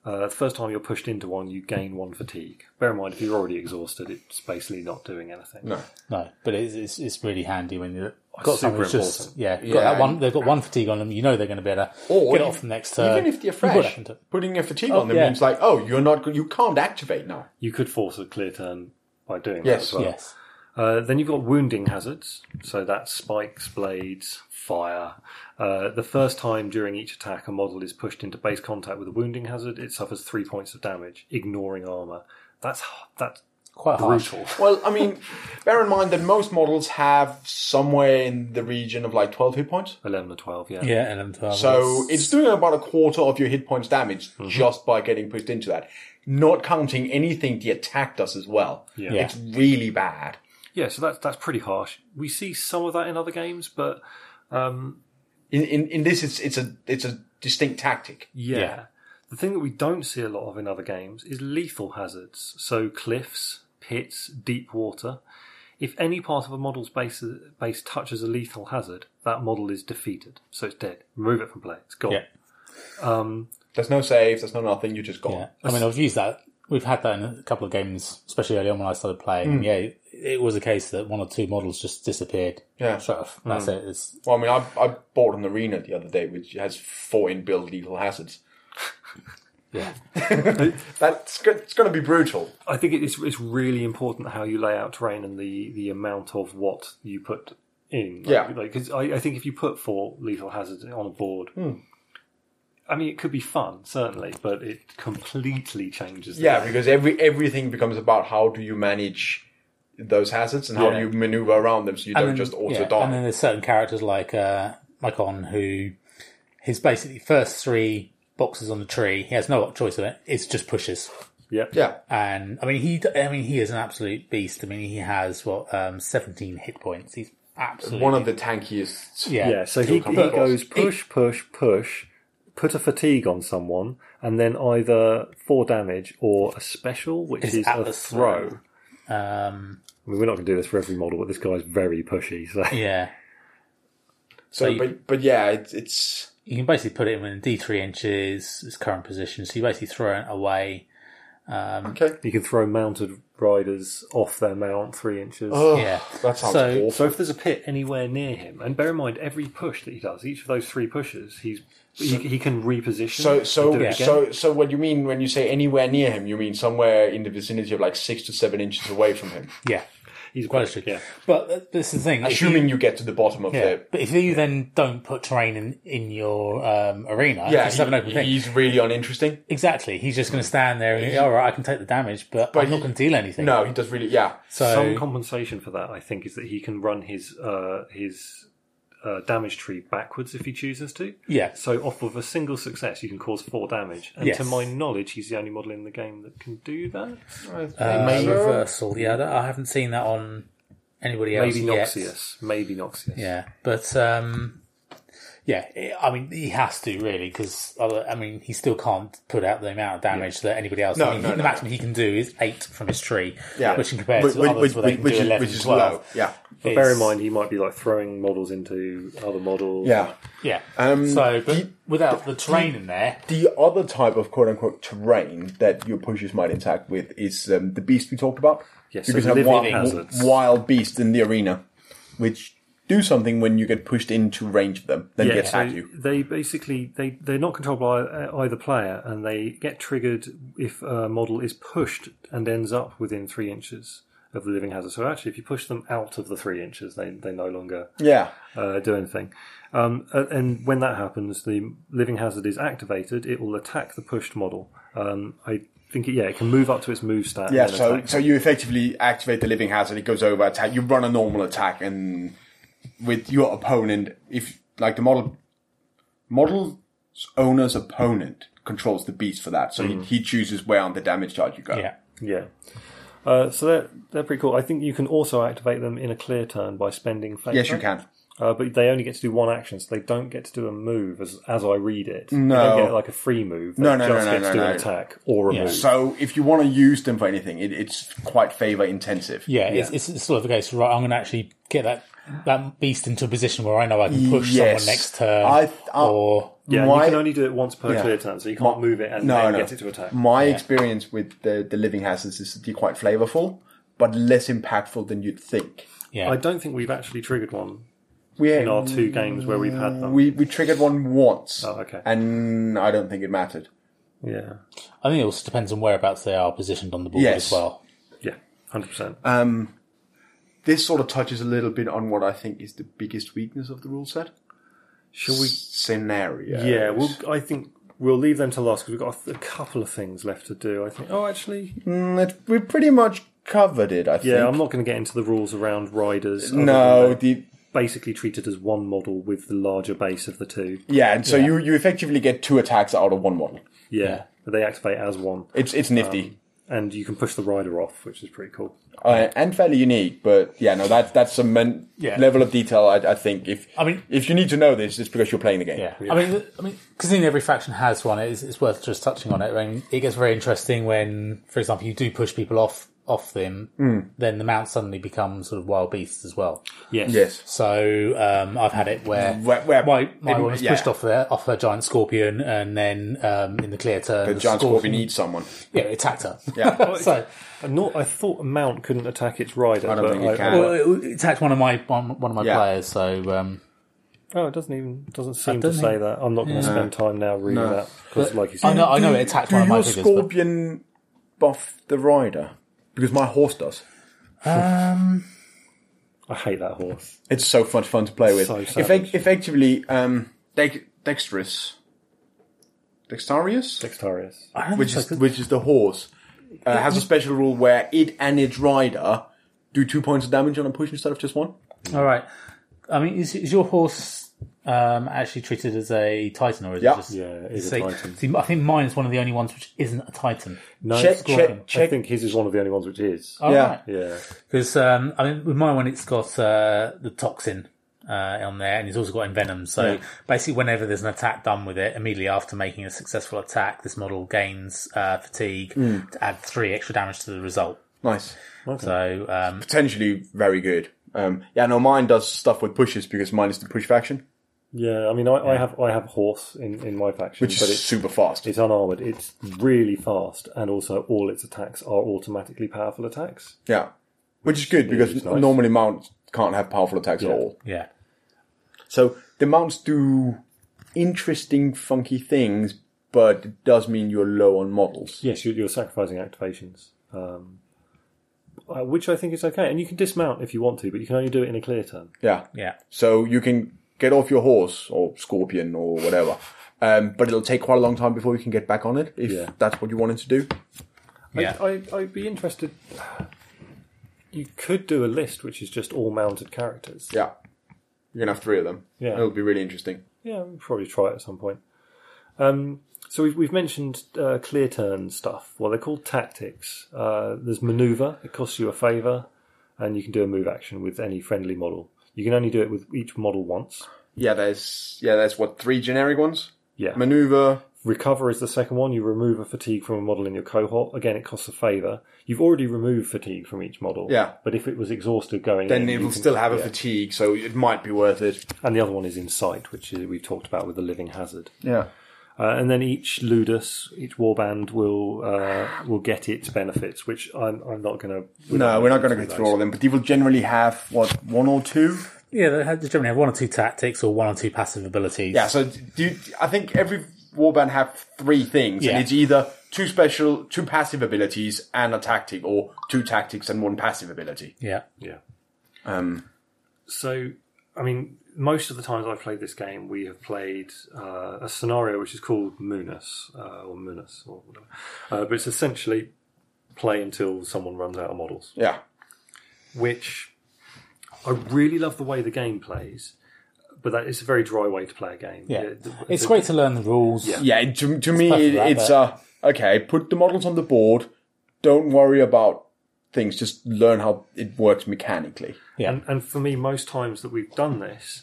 Uh, the first time you're pushed into one, you gain one fatigue. Bear in mind, if you're already exhausted, it's basically not doing anything. No. No, but it's it's, it's really handy when you've super got someone who's just important. yeah, got Yeah, that one. and- They've got one fatigue on them. You know they're going to be able to Or get it you- off the next turn. Even if they're You've got fresh, that- putting a fatigue on them yeah. means like, oh, you're not, go- you can't activate now. You could force a clear turn by doing Yes, that as well. Yes, Uh, then you've got wounding hazards. So that's spikes, blades, fire. Uh, the first time during each attack, a model is pushed into base contact with a wounding hazard. It suffers three points of damage, ignoring armor. That's that's quite harsh. brutal. Well, I mean, bear in mind that most models have somewhere in the region of like 12 hit points. Eleven or twelve, yeah. Yeah, and then twelve. So it's doing about a quarter of your hit points damage Mm-hmm. just by getting pushed into that. Not counting anything the attack does as well. Yeah. It's really bad. Yeah, so that's that's pretty harsh. We see some of that in other games, but In, in, in this, it's, it's a, it's a distinct tactic. yeah. Yeah. The thing that we don't see a lot of in other games is lethal hazards. So cliffs, pits, deep water. If any part of a model's base, base touches a lethal hazard, that model is defeated. So it's dead. Remove it from play. It's gone. Yeah. There's no save. There's no nothing. You're just gone. yeah. I mean, I've used that. We've had that in a couple of games, especially early on when I started playing. Hmm. and Yeah, it, it was a case that one or two models just disappeared. Yeah. Hmm. Shut off. That's it. It's Well, I mean, I, I bought an arena the other day which has four inbuilt lethal hazards. yeah, That's go- it's going to be brutal. I think it's, it's really important how you lay out terrain and the, the amount of what you put in. Like, Yeah. like 'cause I, I think if you put four lethal hazards on a board, I mean, it could be fun certainly, but it completely changes. the Yeah, game. because every everything becomes about how do you manage those hazards and how do Yeah. you maneuver around them so you don't then- just auto yeah, die. And then there's certain characters like uh, Micon who his basically first three boxes on the tree. He has no choice of it. It's just pushes. yeah, yeah, And I mean, he I mean he is an absolute beast. I mean, he has what um, 17 hit points. He's absolutely one of the tankiest. yeah. yeah. So he, he come across. goes push, push, push, put a fatigue on someone, and then either four damage or a special, which It's is at a the throw. throw. Um, I mean, we're not going to do this for every model, but this guy's very pushy. So yeah. So, you- but but yeah, it's it's you can basically put it in D three inches, its current position. So you basically throw it away. Um, okay. you can throw mounted riders off their mount three inches. Ugh, Yeah. that sounds Oh. So- awful. So if there's a pit anywhere near him, and bear in mind every push that he does, each of those three pushes, he's he, he can reposition. So so and do it again. so so what you mean when you say anywhere near him, you mean somewhere in the vicinity of like six to seven inches away from him, Yeah, he's quite great. strict. Yeah, But th- this is the thing. if you- assuming you get to the bottom of yeah, the. but if you then don't put terrain in, in your um, arena, Yeah, yeah, just have an he- open thing. he's really uninteresting. exactly. He's just going to stand there and all right, I can take the damage, but, I'm he- not going to deal anything. No, he does really. Yeah, some So compensation for that, I think, is that he can run his uh, his uh, damage tree backwards if he chooses to. yeah, So off of a single success, you can cause four damage, and Yes. to my knowledge, he's the only model in the game that can do that. uh, reversal. Yeah, I, don't- I haven't seen that on anybody else. Maybe yet. Noxious, maybe Noxious. Yeah, but um, yeah, it- I mean, he has to really because I mean, he still can't put out the amount of damage that anybody else. No, I mean, no, he- the no. maximum he can do is eight from his tree. Yeah. which in compared to Which- others, which- where they can which do is- 11, which is 12, low. Yeah. But bear is- in mind, he might be like throwing models into other models. Yeah. yeah. Um, so, but the- without the terrain in there, The other type of quote unquote terrain that your pushes might interact with is um, the beast we talked about. Yes, you so can have living wild, hazards. wild beasts in the arena, which do something when you get pushed into range of them, then they Yeah, attack so you. they basically they they're not controlled by uh, either player, and they get triggered if a model is pushed and ends up within three inches of the living hazard. So actually, if you push them out of the three inches, they they no longer Yeah, uh, do anything. Um, a- and when that happens, the living hazard is activated. It will attack the pushed model. Um, I think it, yeah, it can move up to its move stat. and yeah. then So attack. so you effectively activate the living hazard. It goes over attack. You run a normal attack, and with your opponent, if like the model model's owner's opponent controls the beast for that, so he, he chooses where on the damage charge you go. yeah, Mm. Yeah. Uh, so they're, they're pretty cool. I think you can also activate them in a clear turn by spending flavor. Yes, you can. Uh, but they only get to do one action, so they don't get to do a move as as I read it. No. They don't get like a free move. They No, no, no, just no, get no, to do no. an attack or a move. So if you want to use them for anything, it, it's quite favor intensive. yeah, It's, it's sort of the case. Right, I'm going to actually get that that beast into a position where I know I can push Yes. someone next turn, I- I- or yeah, my- you can only do it once per Yeah. clear turn, so you can't move it and, No, and no. get it to attack. My experience with the, the living hazards is that they're quite flavorful, but less impactful than you'd think. yeah, I don't think we've actually triggered one We in our two games where we've had them. we, we triggered one once, Oh, okay. and I don't think it mattered. yeah, I think it also depends on whereabouts they are positioned on the board Yes. as well. yeah, hundred percent. This sort of touches a little bit on what I think is the biggest weakness of the rule set: Shall we? scenario. Yeah, well, I think we'll leave them to last because we've got a, th- a couple of things left to do. I think. Oh, actually, That- Mm, we pretty much covered it. I think. yeah, I'm not going to get into the rules around riders. other than no, they're the basically treated as one model with the larger base of the two. yeah, and so you you effectively get two attacks out of one model. Yeah, they activate as one, It's it's nifty. Um, and you can push the rider off, which is pretty cool. uh, and fairly unique. But yeah, no, that that's a men- Yeah. level of detail. I, I think if I mean- if you need to know this, it's because you're playing the game. Yeah. I mean, th- I mean, because in every faction has one. It's, it's worth just touching on it. I mean, it gets very interesting when, for example, you do push people off off them. Hmm. Then the mount suddenly becomes sort of wild beasts as well. Yes. Yes. So um, I've had it where, Where- where- my my in- one was yeah. pushed off her off her giant scorpion, and then um, in the clear turn, The Giant Scorpion needs someone. yeah, it attacked her. Yeah. so And Uh, not, I thought a mount couldn't attack its rider. I don't but think it I- can. well, well, it, it attacked one of my one, one of my Yeah. players. So um, Oh, it doesn't even doesn't seem to doesn't say that. I'm not going to spend time now reading that because, like you said, I know I know it attacked Do one of my your figures. but- Scorpion buff the rider? Because my horse does. I hate that horse. It's so much fun to play with. So Effect- savage. effectively, um, dex- dexterous, dexterious, Dexterious. I don't which think is I could- which is the horse, uh, has a special rule where it and its rider do two points of damage on a push instead of just one. All right. I mean, is, is your horse um, actually treated as a titan, or is Yeah. it just Yeah, it is a see, titan. see, I think mine is one of the only ones which isn't a titan. No, Check, Scorpion. check, check. Oh. I think his is one of the only ones which is. All Yeah. right. Yeah. Because um, I mean, with my one, it's got uh, the toxin uh, on there, and it's also got envenom. So basically, whenever there's an attack done with it, immediately after making a successful attack, this model gains uh, fatigue to add three extra damage to the result. Nice. So um, potentially very good. Um, yeah, no, mine does stuff with pushes because mine is the push faction, Yeah, I mean, I, I have I have horse in, in my faction, which but is it's super fast. it's unarmored. It's really fast, and also all its attacks are automatically powerful attacks. yeah, which is good because it's nice. normally mounts can't have powerful attacks at all. yeah, So the mounts do interesting, funky things, but it does mean you're low on models. Yes, you're, you're sacrificing activations, um, uh, which I think is okay. And you can dismount if you want to, but you can only do it in a clear turn. Yeah, yeah, so you can get off your horse or scorpion or whatever. Um, but it'll take quite a long time before you can get back on it if Yeah. that's what you wanted to do. yeah. I, I, I'd be interested. You could do a list which is just all mounted characters. Yeah, you're gonna have three of them. Yeah. it'll be really interesting. Yeah, we'll probably try it at some point. Um, so we've, we've mentioned uh, clear turn stuff. Well, they're called tactics. Uh, there's maneuver. It costs you a favour, and you can do a move action with any friendly model. You can only do it with each model once. Yeah, there's yeah, there's what three generic ones. Yeah. Maneuver. Recover is the second one. You remove a fatigue from a model in your cohort. Again, it costs a favour. You've already removed fatigue from each model. Yeah. But if it was exhausted going Then in, it you will can- still have a yeah. fatigue, so it might be worth it. And the other one is insight, which is, we've talked about with the living hazard. Yeah. Uh, and then each ludus, each warband will uh, will get its benefits, which I'm, I'm not going to. No, we're not going to go through all of them, but they will generally have what one or two. yeah. They have- they generally have one or two tactics or one or two passive abilities. Yeah. So do you, I think every warband have three things, Yeah. and it's either two special, two passive abilities, and a tactic, or two tactics and one passive ability. yeah. Yeah. Um, So, I mean, most of the times I've played this game, we have played uh, a scenario which is called Moonus uh, or Munus or whatever, uh, but it's essentially play until someone runs out of models. yeah. which I really love the way the game plays, but that is a very dry way to play a game. Yeah. the- it's the- great to learn the rules. Yeah. Yeah. it- To, to me, perfect it, for that, it's uh okay. Put the models on the board. Don't worry about things. Just learn how it works mechanically. And, and for me, most times that we've done this,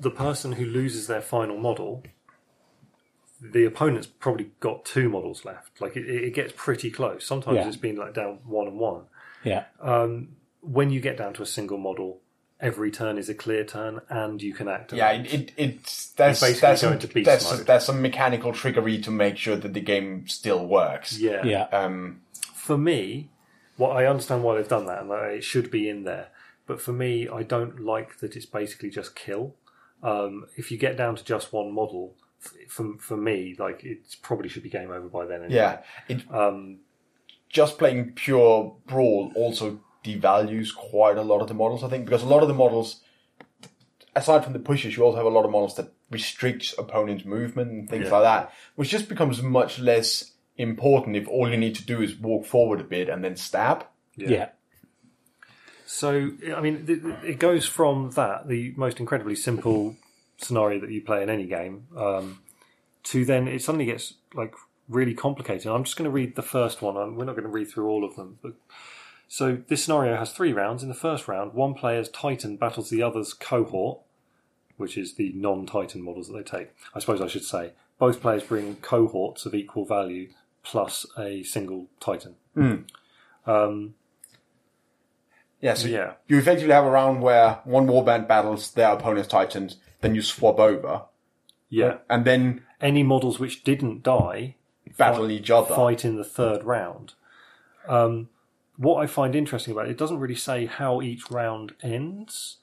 the person who loses their final model, the opponent's probably got two models left. Like it, it gets pretty close. Sometimes Yeah. it's been like down one and one. yeah. uh, When you get down to a single model, every turn is a clear turn, and you can activate. Yeah, it, it, it's that's basically that's going to beast that's, mode. that's some mechanical trickery to make sure that the game still works. yeah, yeah. Um, for me, well, I understand why they've done that, and like, it should be in there. But for me, I don't like that it's basically just kill. Um, if you get down to just one model, f- for for me, like it probably should be game over by then. Anyway. yeah, it Um, just playing pure brawl also devalues quite a lot of the models. I think because a lot of the models, aside from the pushes, you also have a lot of models that restricts opponents' movement and things Yeah. like that, which just becomes much less important if all you need to do is walk forward a bit and then stab. yeah. So I mean, th- th- it goes from that the most incredibly simple scenario that you play in any game um, to then it suddenly gets like really complicated. I'm just going to read the first one. I'm, we're not going to read through all of them, but so this scenario has three rounds. In the first round, one player's Titan battles the other's cohort, which is the non-Titan models that they take. I suppose I should say both players bring cohorts of equal value plus a single Titan. Yeah, so Yeah. you effectively have a round where one warband battles their opponent's titans, then you swap over, Yeah, and then any models which didn't die battle each other. fight in the third round. Um, what I find interesting about it, it doesn't really say how each round ends.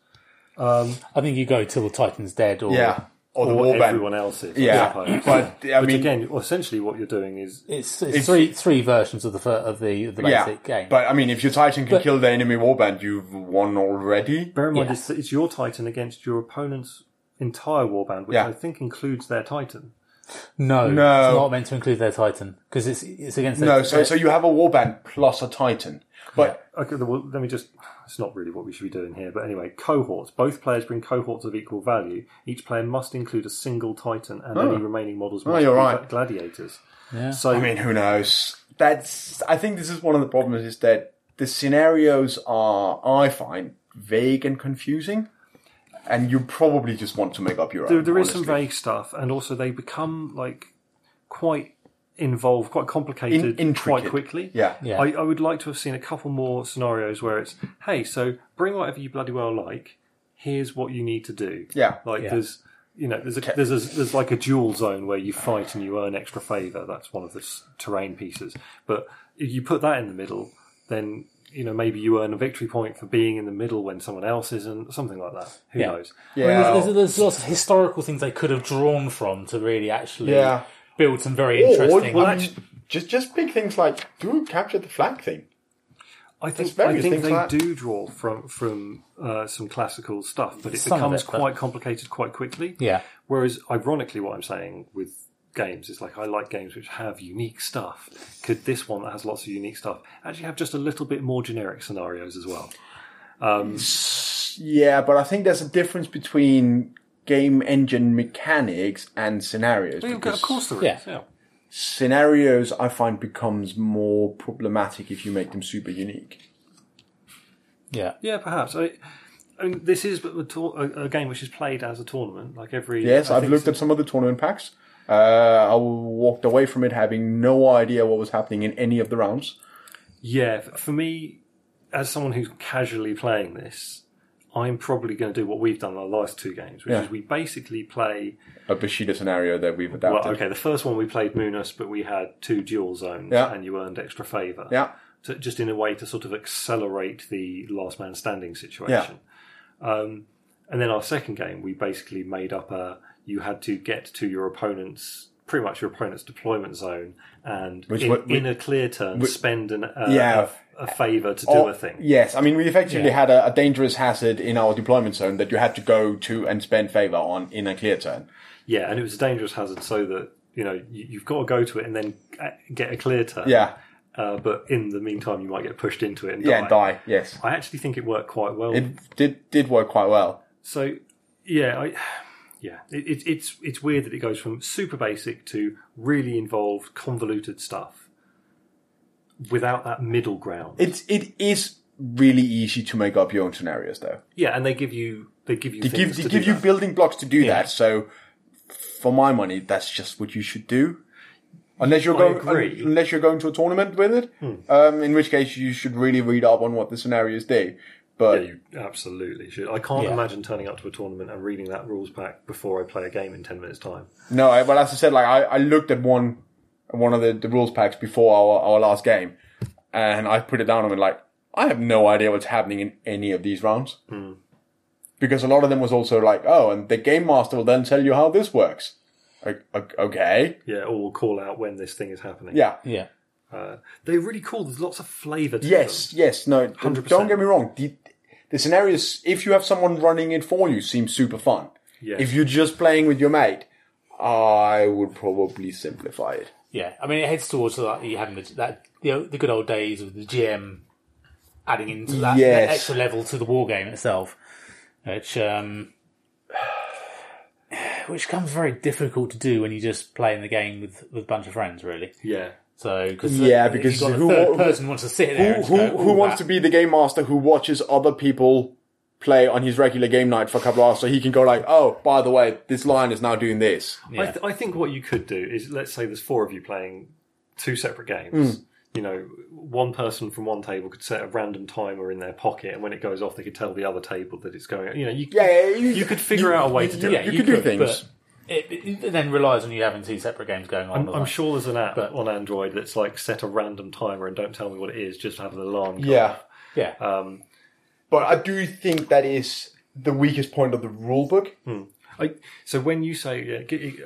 I think you go till the Titan's dead, or Yeah. or the or warband. everyone else's. I Yeah, suppose. but, I Which mean- again, essentially, what you're doing is It's, it's, three three versions of the fir- of the of the Yeah, basic game. but I mean, if your Titan can But- kill the enemy warband, you've won already. bear in mind Yeah. it's, it's your titan against your opponent's entire warband, which Yeah. I think includes their titan. no, No. it's not meant to include their Titan because it's it's against their, No, so so you have a warband plus a Titan, but Okay, well, let me just. It's not really what we should be doing here, but anyway, cohorts. Both players bring cohorts of equal value. Each player must include a single Titan, and any remaining models must Oh. you're be right. gladiators. So, I mean, who knows? That's I think this is one of the problems is that the scenarios are I find vague and confusing, and you probably just want to make up your there, own. there is some honestly. vague stuff, and also they become like quite involved, quite complicated, In- quite intricate. quickly. Yeah. Yeah. I, I would like to have seen a couple more scenarios where it's, hey, so bring whatever you bloody well like. Here's what you need to do. Yeah. like Yeah. there's you know there's a, there's a, there's like a dual zone where you fight and you earn extra favor. That's one of the s- terrain pieces. But if you put that in the middle, then you know maybe you earn a victory point for being in the middle when someone else isn't, something like that. Who Yeah. knows? I mean, Yeah. there's, there's, there's lots of historical things they could have drawn from to really actually Yeah. build some very Or, interesting. well, I actu- mean, Just just big things like do capture the flag thing. I think I various think things they like that. do draw from from uh, some classical stuff, but it Some of becomes it, but- quite complicated quite quickly. Yeah. Whereas, ironically, what I'm saying with games is like I like games which have unique stuff. Could this one that has lots of unique stuff actually have just a little bit more generic scenarios as well? Yeah, but I think there's a difference between game engine mechanics and scenarios. of course there is. Yeah. yeah. scenarios I find becomes more problematic if you make them super unique. yeah, Yeah, perhaps. I, I mean, this is a, tour- a, a game which is played as a tournament, like every. Yes, I I've think looked so- at some of the tournament packs. Uh, I walked away from it having no idea what was happening in any of the rounds. Yeah, f- for me, as someone who's casually playing this, I'm probably going to do what we've done in our last two games, which Yeah. is we basically play A Bushido scenario that we've adapted. Well, okay, the first one we played Munos, but we had two dual zones, Yeah. and you earned extra favour. Yeah. to, just in a way to sort of accelerate the last man standing situation. Um, and then our second game, we basically made up a you had to get to your opponent's pretty much your opponent's deployment zone and in, wa- in a clear turn spend an uh, Yeah. a, Oh, a favour to do Or- a thing. Yes, I mean we effectively had a, a dangerous hazard in our deployment zone that you had to go to and spend favor on in a clear turn. Yeah, and it was a dangerous hazard, so that you know you, you've got to go to it and then uh, get a clear turn. Yeah, Uh, but in the meantime, you might get pushed into it and yeah, die. die. Yes, I actually think it worked quite well. it did did work quite well. so yeah, I, yeah, it, it, it's it's weird that it goes from super basic to really involved, convoluted stuff without that middle ground. It's it is really easy to make up your own scenarios though. yeah, and they give you they give you They things give they to give do you that. building blocks to do that. So for my money, that's just what you should do. Unless you're going, agree. Hmm. un- unless you're going to a tournament with it, um, in which case you should really read up on what the scenarios do. But Yeah, you absolutely should. I can't Yeah. imagine turning up to a tournament and reading that rules pack before I play a game in ten minutes' time. No, I, well, as I said, like I, I looked at one one of the, the rules packs before our, our last game, and I put it down and went like, I have no idea what's happening in any of these rounds, because a lot of them was also like, oh, and the game master will then tell you how this works. Like, o- okay, Yeah, or we'll call out when this thing is happening. yeah, yeah. uh, they're really cool. There's lots of flavour. to yes, yes, no, 100%. don't get me wrong. The, the scenarios, if you have someone running it for you, seems super fun. Yeah. If you're just playing with your mate, I would probably simplify it. Yeah, I mean, it heads towards like you having the, that you know, the good old days with the GM adding into that, that Yes. extra level to the war game itself, which um, which becomes very difficult to do when you're just playing the game with, with a bunch of friends, really. them. yeah. So cause uh, Yeah, if because you've got a who- third person who wants to sit who, there. and who, go, who "Ooh, wants that- to be the game master who watches other people play on his regular game night for a couple of hours so he can go like, oh, by the way, this line is now doing this. I, th- I think what you could do is let's say there's four of you playing two separate Hmm. games. You know, one person from one table could set a random timer in their pocket, and when it goes off, they could tell the other table that it's going. You know, you Yeah, yeah, you could figure out a way to do yeah, it. You, could, do things. It, it, it then relies on you having two separate games going on. all the I'm time. sure there's an app on Android that's like set a random timer and don't tell me what it is, just have an alarm. go Yeah. Yeah, uh, But I do think that is the weakest point of the rule book. I, so when you say yeah, g-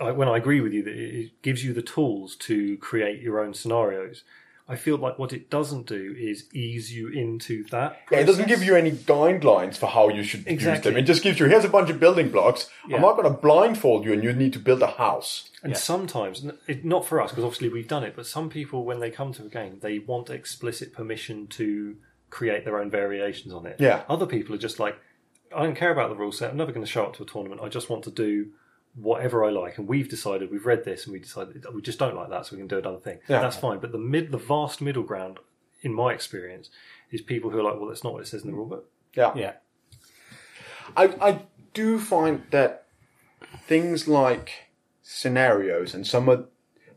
I, when I agree with you that it gives you the tools to create your own scenarios, I feel like what it doesn't do is ease you into that. Yeah, it doesn't give you any guidelines for how you should use Exactly. them. It just gives you here's a bunch of building blocks. Yeah. I'm not going to blindfold you, and you need to build a house. And sometimes, n- it- not for us, because obviously we've done it, but some people, when they come to a game, they want explicit permission to create their own variations on it. Yeah. Other people are just like, I don't care about the rule set. I'm never going to show up to a tournament. I just want to do whatever I like. And we've decided, we've read this, and we decided that we just don't like that, so we can do another thing. Yeah. That's fine. But the mid, the vast middle ground, in my experience, is people who are like, well, that's not what it says in the rule book. Yeah. Yeah. I, I do find that things like scenarios and some of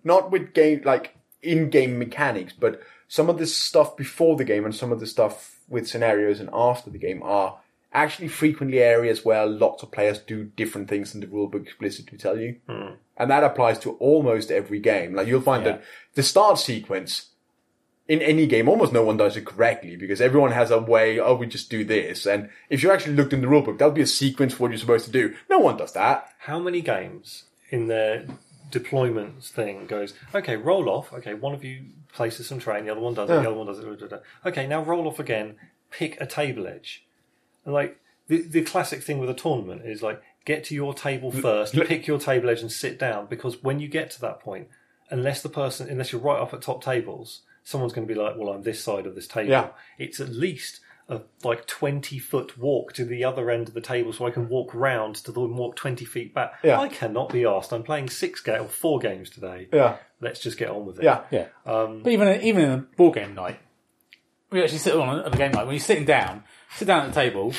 not with game like in game mechanics, but some of this stuff before the game and some of the stuff with scenarios and after the game are actually frequently areas where lots of players do different things than the rulebook explicitly tell you. And that applies to almost every game. Like you'll find that the start sequence in any game, almost no one does it correctly because everyone has a way, oh, we just do this. And if you actually looked in the rulebook, that would be a sequence for what you're supposed to do. No one does that. how many games in their deployments thing goes, okay, roll off. Okay, one of you places some terrain, the other one does it, the other one does it. blah, blah, blah. Okay, now roll off again, pick a table edge. And like the, the classic thing with a tournament is like, get to your table first, pick your table edge and sit down because when you get to that point, unless the person, unless you're right up at top tables, someone's going to be like, well, I'm this side of this table. Yeah. It's at least a like 20 foot walk to the other end of the table so I can walk round to the walk 20 feet back. Yeah. I cannot be asked. I'm playing six ga- or four games today. Yeah. Let's just get on with it. Yeah. Yeah. but even even in a ball game night, we actually sit on a, on a game night. When you're sitting down, sit down at the table,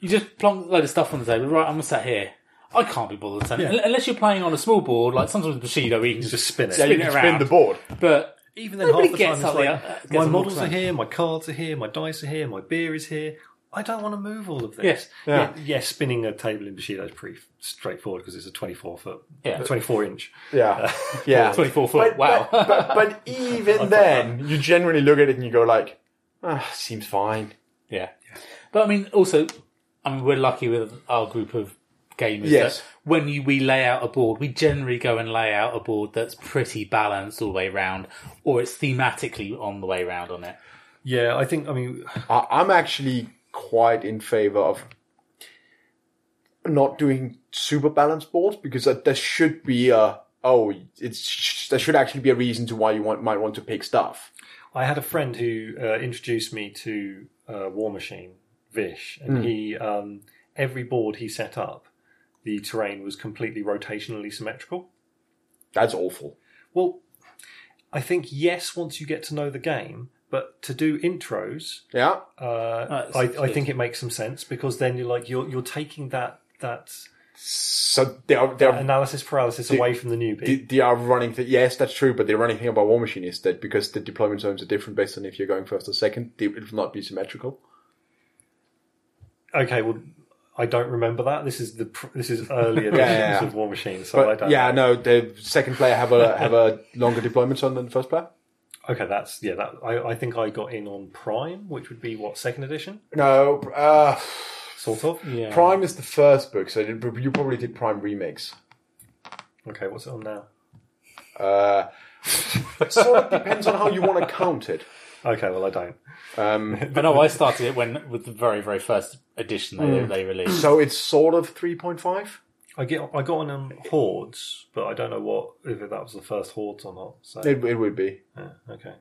you just plonk a load of stuff on the table. Right, I'm sat here. I can't be bothered. to- Yeah. Unless you're playing on a small board, like sometimes with Bushido, we can just, Just spin it. spin You it can around. spin the board. But Even then, Nobody half the time, gets it's up like, there, uh, gets my on the models are walk here, my cards are here, my dice are here, my beer is here. I don't want to move all of this. Yes. Yeah. yeah, spinning a table in Bushido is pretty straightforward because it's a 24 foot, Yeah. 24 inch. Yeah. Yeah. 24 foot. But- wow. But, but, but even then, you generally look at it and you go like, ah, seems fine. Yeah. But I mean, also, I mean, we're lucky with our group of gamers. Yes. That when you, we lay out a board, we generally go and lay out a board that's pretty balanced all the way round, or it's thematically on the way round on it. Yeah, I think, I mean, I, I'm actually quite in favor of not doing super balanced boards because that, there should be a, oh, it's, there should actually be a reason to why you want, might want to pick stuff. I had a friend who uh, introduced me to uh, War Machine, Vish, and Hmm. he um, every board he set up, the terrain was completely rotationally symmetrical. That's awful. Well, I think yes, once you get to know the game, but to do intros, Yeah. uh, that's I, I good. think it makes some sense because then you're like you're you're taking that that So they are they are, analysis paralysis away from the newbie. they, they are running. Th- yes, that's true. But the running thing about War Machine is that because the deployment zones are different based on if you're going first or second, they, it will not be symmetrical. okay, well. I don't remember that. This is the pr- this is early editions yeah. of War Machine, so I But don't. yeah, no, the second player have a have a longer deployment zone than the first player. Okay, that's yeah. That I, I think I got in on Prime, which would be what second edition, No, uh, sort of. Yeah. Prime is the first book, so it- you probably did Prime remakes. Okay, what's it on now? Uh, it sort of depends on how you want to count it. Okay, well I don't. Um, I know I started it when with the very very first edition they, they released. so it's sort of three point five. I get I got on um, Hordes, but I don't know what if that was the first Hordes or not. So It, it would be. yeah, okay.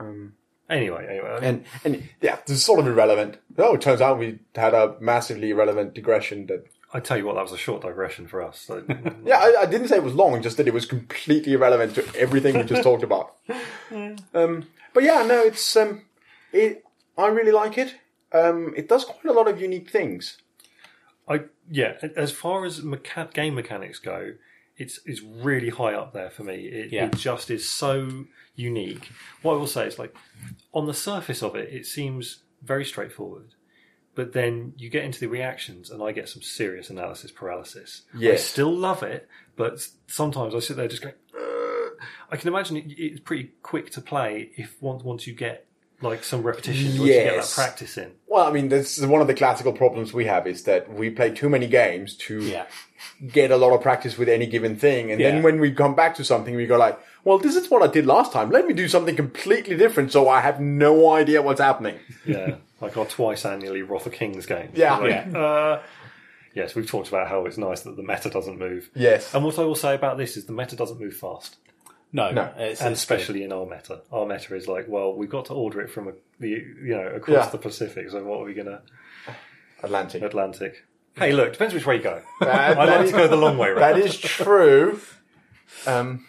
Um, Anyway, anyway, And and yeah, this is sort of irrelevant. Oh, it turns out we had a massively irrelevant digression. That I tell you what, that was a short digression for us. So yeah, I, I didn't say it was long, just that it was completely irrelevant to everything we just talked about. Um, but yeah, no, it's um, it. I really like it. Um, it does quite a lot of unique things. I yeah, as far as mecha- game mechanics go, it's it's really high up there for me. It, Yeah. it just is so unique. What I will say is like on the surface of it, it seems very straightforward, but then you get into the reactions, and I get some serious analysis paralysis. I Yes. still love it, but s- sometimes I sit there just going. "Ugh." I can imagine it, it's pretty quick to play if once once you get like some repetition? Do you yes. get that Yes. practice in? Well, I mean, this is one of the classical problems we have is that we play too many games to Yeah. get a lot of practice with any given thing. And Yeah. then when we come back to something, we go like, well, this is what I did last time. Let me do something completely different so I have no idea what's happening. Yeah, like our twice annually Wrath of Kings game. Yeah. Like, Yeah. Uh, yes, we've talked about how it's nice that the meta doesn't move. Yes. And what I will say about this is the meta doesn't move fast, No, No. It's, and it's good. especially in our meta. Our meta is like, well, we've got to order it from a, the you know across Yeah. the Pacific. So what are we gonna Atlantic. Atlantic? Hey, look, depends which way you go. That- I that like is- to go the long way that round. is true. Um,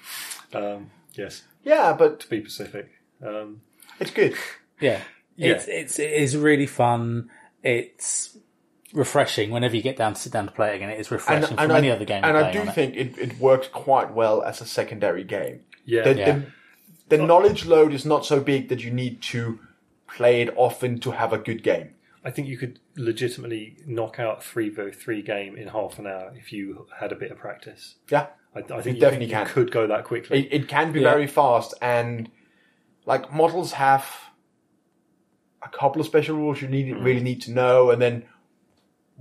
Um, yes, yeah, but be Pacific. Um, it's good. Yeah. It's it's it is really fun. It's refreshing whenever you get down to sit down to play it again. It is refreshing from any other game. and you're I playing do on it. think it, it works quite well as a secondary game. yeah, The, Yeah. the, the knowledge load is not so big that you need to play it often to have a good game. I think you could legitimately knock out three v three game in half an hour if you had a bit of practice. Yeah. I, I think you, definitely could- can. you could go that quickly. It, it can be Yeah. very fast, and like models have a couple of special rules you need really need to know, and then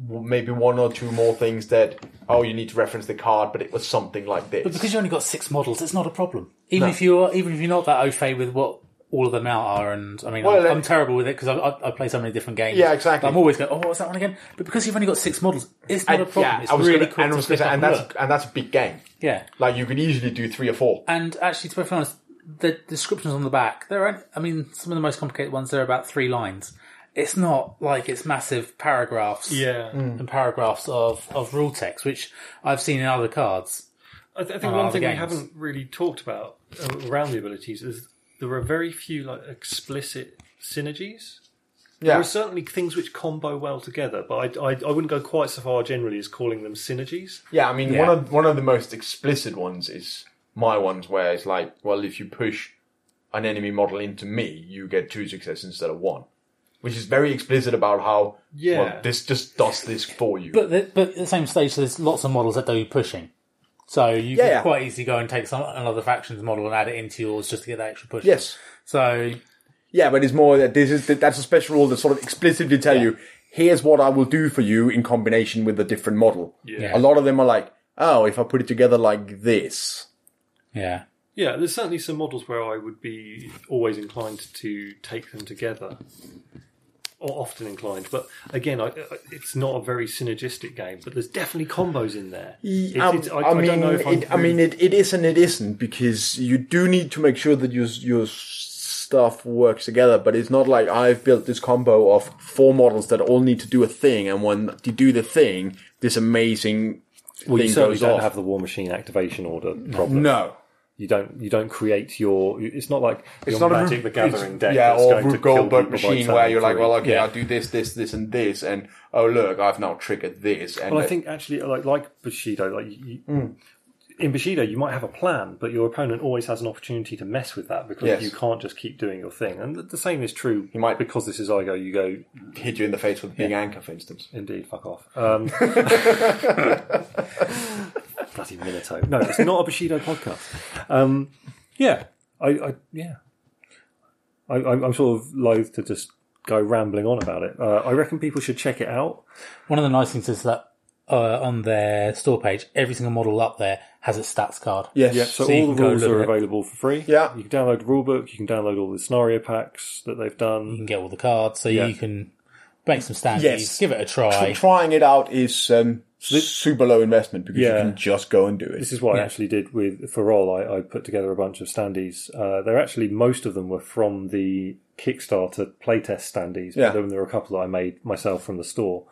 w- maybe one or two more things that oh you need to reference the card, but it was something like this. But because you only got six models, it's not a problem. Even if you are, even if you're not that au fait with what all of them out are, and I mean, Well, I'm, like- I'm terrible with it because I, I, I play so many different games. Yeah, exactly. I'm always going, oh, what's that one again? But because you've only got six models, it's not And- a problem. yeah, it's I was really gonna, cool and, I to was pick gonna say, up and and that's look. and that's a big game. Yeah, Like you could easily do three or four. and actually, to be perfectly honest, the descriptions on the back, there are, I mean, some of the most complicated ones, they're about three lines. It's not like it's massive paragraphs yeah, Hmm. and paragraphs of, of rule text, which I've seen in other cards. I, th- I think Oh, one the thing we games. haven't really talked about uh, around the abilities is there are very few like explicit synergies. There Yeah, are certainly things which combo well together, but I, I, I wouldn't go quite so far generally as calling them synergies. yeah. I mean, Yeah. one of one of the most explicit ones is my ones where it's like, well, if you push an enemy model into me, you get two successes instead of one, which is very explicit about how Yeah. well, this just does this for you. But the, but at the same stage, there's lots of models that do pushing. So you can yeah. quite easily go and take some another faction's model and add it into yours just to get that extra push. yes, So yeah, but it's more that this is that's a special rule that sort of explicitly tell you here's what I will do for you in combination with a different model. Yeah. A lot of them are like, oh, if I put it together like this, yeah, Yeah, there's certainly some models where I would be always inclined to take them together, or often inclined. But again, I, I- it's not a very synergistic game. But there's definitely combos in there. It's- Um, it's- I, I don't know if I'm it, I mean, it, it is and it isn't because you do need to make sure that your your stuff works together. But it's not like I've built this combo of four models that all need to do a thing, and when you do the thing, this amazing well, you thing certainly goes don't off. have the War Machine activation order problem. no, You don't you don't create your. It's not like it's not a Magic Rube- the Gathering deck. yeah, that's or going to Rube kill Goldberg people by machine turn where you're like, three. well, okay, Yeah. I'll do this, this, this, and this, and oh look, I've now triggered this. And Well, I that- think actually, like like Bushido, like you, Hmm. in Bushido, you might have a plan, but your opponent always has an opportunity to mess with that because Yes. you can't just keep doing your thing. And the- the same is true. You might- because this is I go, you go. hit you in the face with a big anchor, for instance. Indeed, fuck off. Um, bloody Minato. No, it's not a Bushido podcast. Um, yeah, I, I yeah, I, I'm I'm sort of loath to just go rambling on about it. Uh, I reckon people should check it out. one of the nice things is that uh, on their store page, every single model up there has its stats card. Yes. So, you all can the go rules look are at- available for free. Yeah. You can download the rulebook, you can download all the scenario packs that they've You done. can get all the cards, so Yeah. you can make some standees, Yes. give it a try. Trying it out is um, super low investment because Yeah. you can just go and do it. This is what I actually did with for all I, I put together a bunch of standees. Uh, they're actually most of them were from the Kickstarter playtest standees. Yeah. But then there were a couple that I made myself from the store.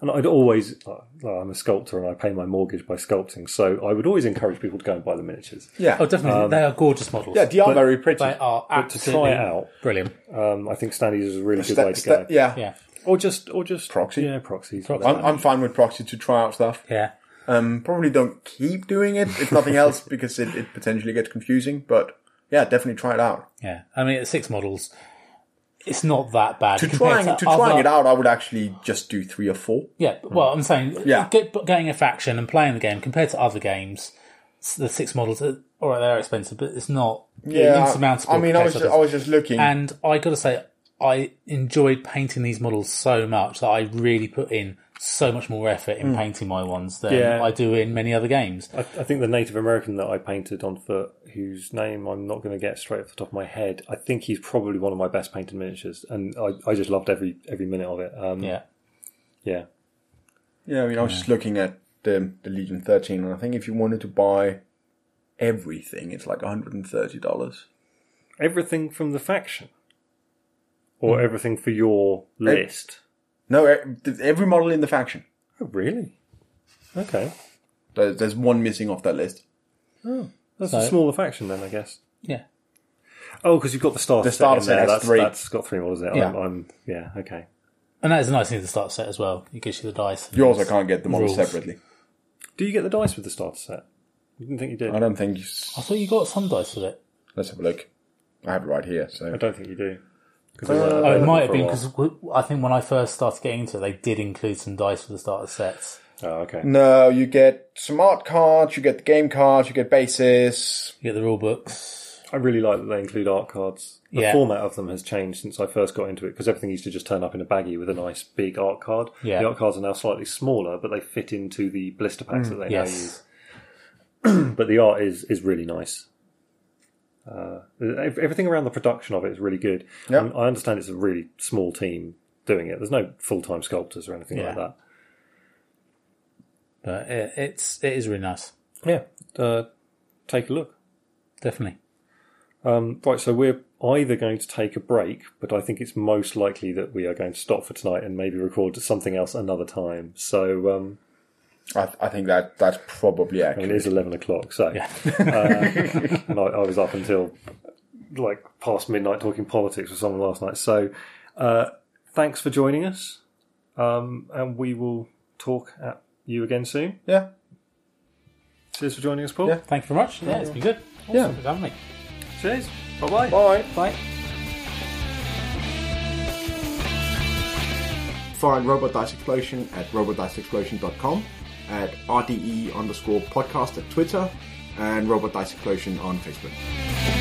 And I'd always, uh, well, I'm a sculptor and I pay my mortgage by sculpting, so I would always encourage people to go and buy the miniatures. yeah. Oh, definitely, they are gorgeous models. Um, Yeah, they are very pretty. they are To absolutely try it out, brilliant. um, I think standees is a really good Sta- way to sta- go. yeah. Yeah, Or just, or just Proxy? Yeah, proxies. I'm, I'm fine with proxy to try out stuff. yeah. Um, probably don't keep doing it if nothing else because it, it potentially gets confusing. But yeah, definitely try it out. Yeah, I mean, at six models, it's not that bad. To trying to trying it out, I would actually just do three or four. Yeah, but- well, I'm saying, Yeah. get, but going a faction and playing the game compared to other games, s- the six models, are, all right, they're expensive, but it's not yeah, insurmountable. I mean, I compared was to just, I others. was just looking. and I got to say, I enjoyed painting these models so much that I really put in so much more effort in painting my ones than Yeah. Um, I do in many other games. I, I think the Native American that I painted on foot, whose name I'm not going to get straight off the top of my head, I think he's probably one of my best painted miniatures, and I, I just loved every every minute of it. Um, Yeah. yeah. Yeah, I mean, I was just looking at the, the Legion 13, and I think if you wanted to buy everything, it's like $130. Everything from the faction, or everything for your list. No, e- every model in the faction. Oh, really? Okay, There's, there's one missing off that list. that's a So- smaller faction then, I guess. Yeah. Oh, because you've got the starter. The starter set, set in there. has that's, three. That's got three models in it. Yeah. I'm, I'm, yeah. Okay. And that is a nice thing to start set as well. It gives you the dice. and You also it's- can't get the model Rules. separately. Do you get the dice with the starter set? You didn't think you did. I don't think. You I s- thought you got some dice with it. let's have a look. I have it right here. So I don't think you do. 'Cause Oh, it might have been because I think when I first started getting into it, they did include some dice for the starter sets. Oh, okay. no, you get smart cards, you get the game cards, you get bases. You get the rule books. I really like that they include art cards. The Yeah. format of them has changed since I first got into it because everything used to just turn up in a baggie with a nice big art card. Yeah. The art cards are now slightly smaller, but they fit into the blister packs that they now use. Yes. But the art is is really nice. Uh, ev- everything around the production of it is really good. Yeah. Um, I understand it's a really small team doing it. There's no full time sculptors or anything like Yeah. that. But it, it's it is really nice, Yeah. Uh, take a look. definitely. Um, right, so we're either going to take a break, but I think it's most likely that we are going to stop for tonight and maybe record something else another time. So um, I, I think that that's probably I mean, accurate. it is eleven o'clock, so uh, and I, I was up until like past midnight talking politics with someone last night. So uh, thanks for joining us, um, and we will talk at you again soon. Yeah, Cheers for joining us, Paul. Yeah. Thank you very much. Yeah, it's been good. Yeah. Thanks for having me. Cheers. Bye bye. Bye. Bye. Find Robot Dice Explosion at robotdiceexplosion.com, at E RDE underscore podcast at Twitter, and Robot Dice Explosion on Facebook.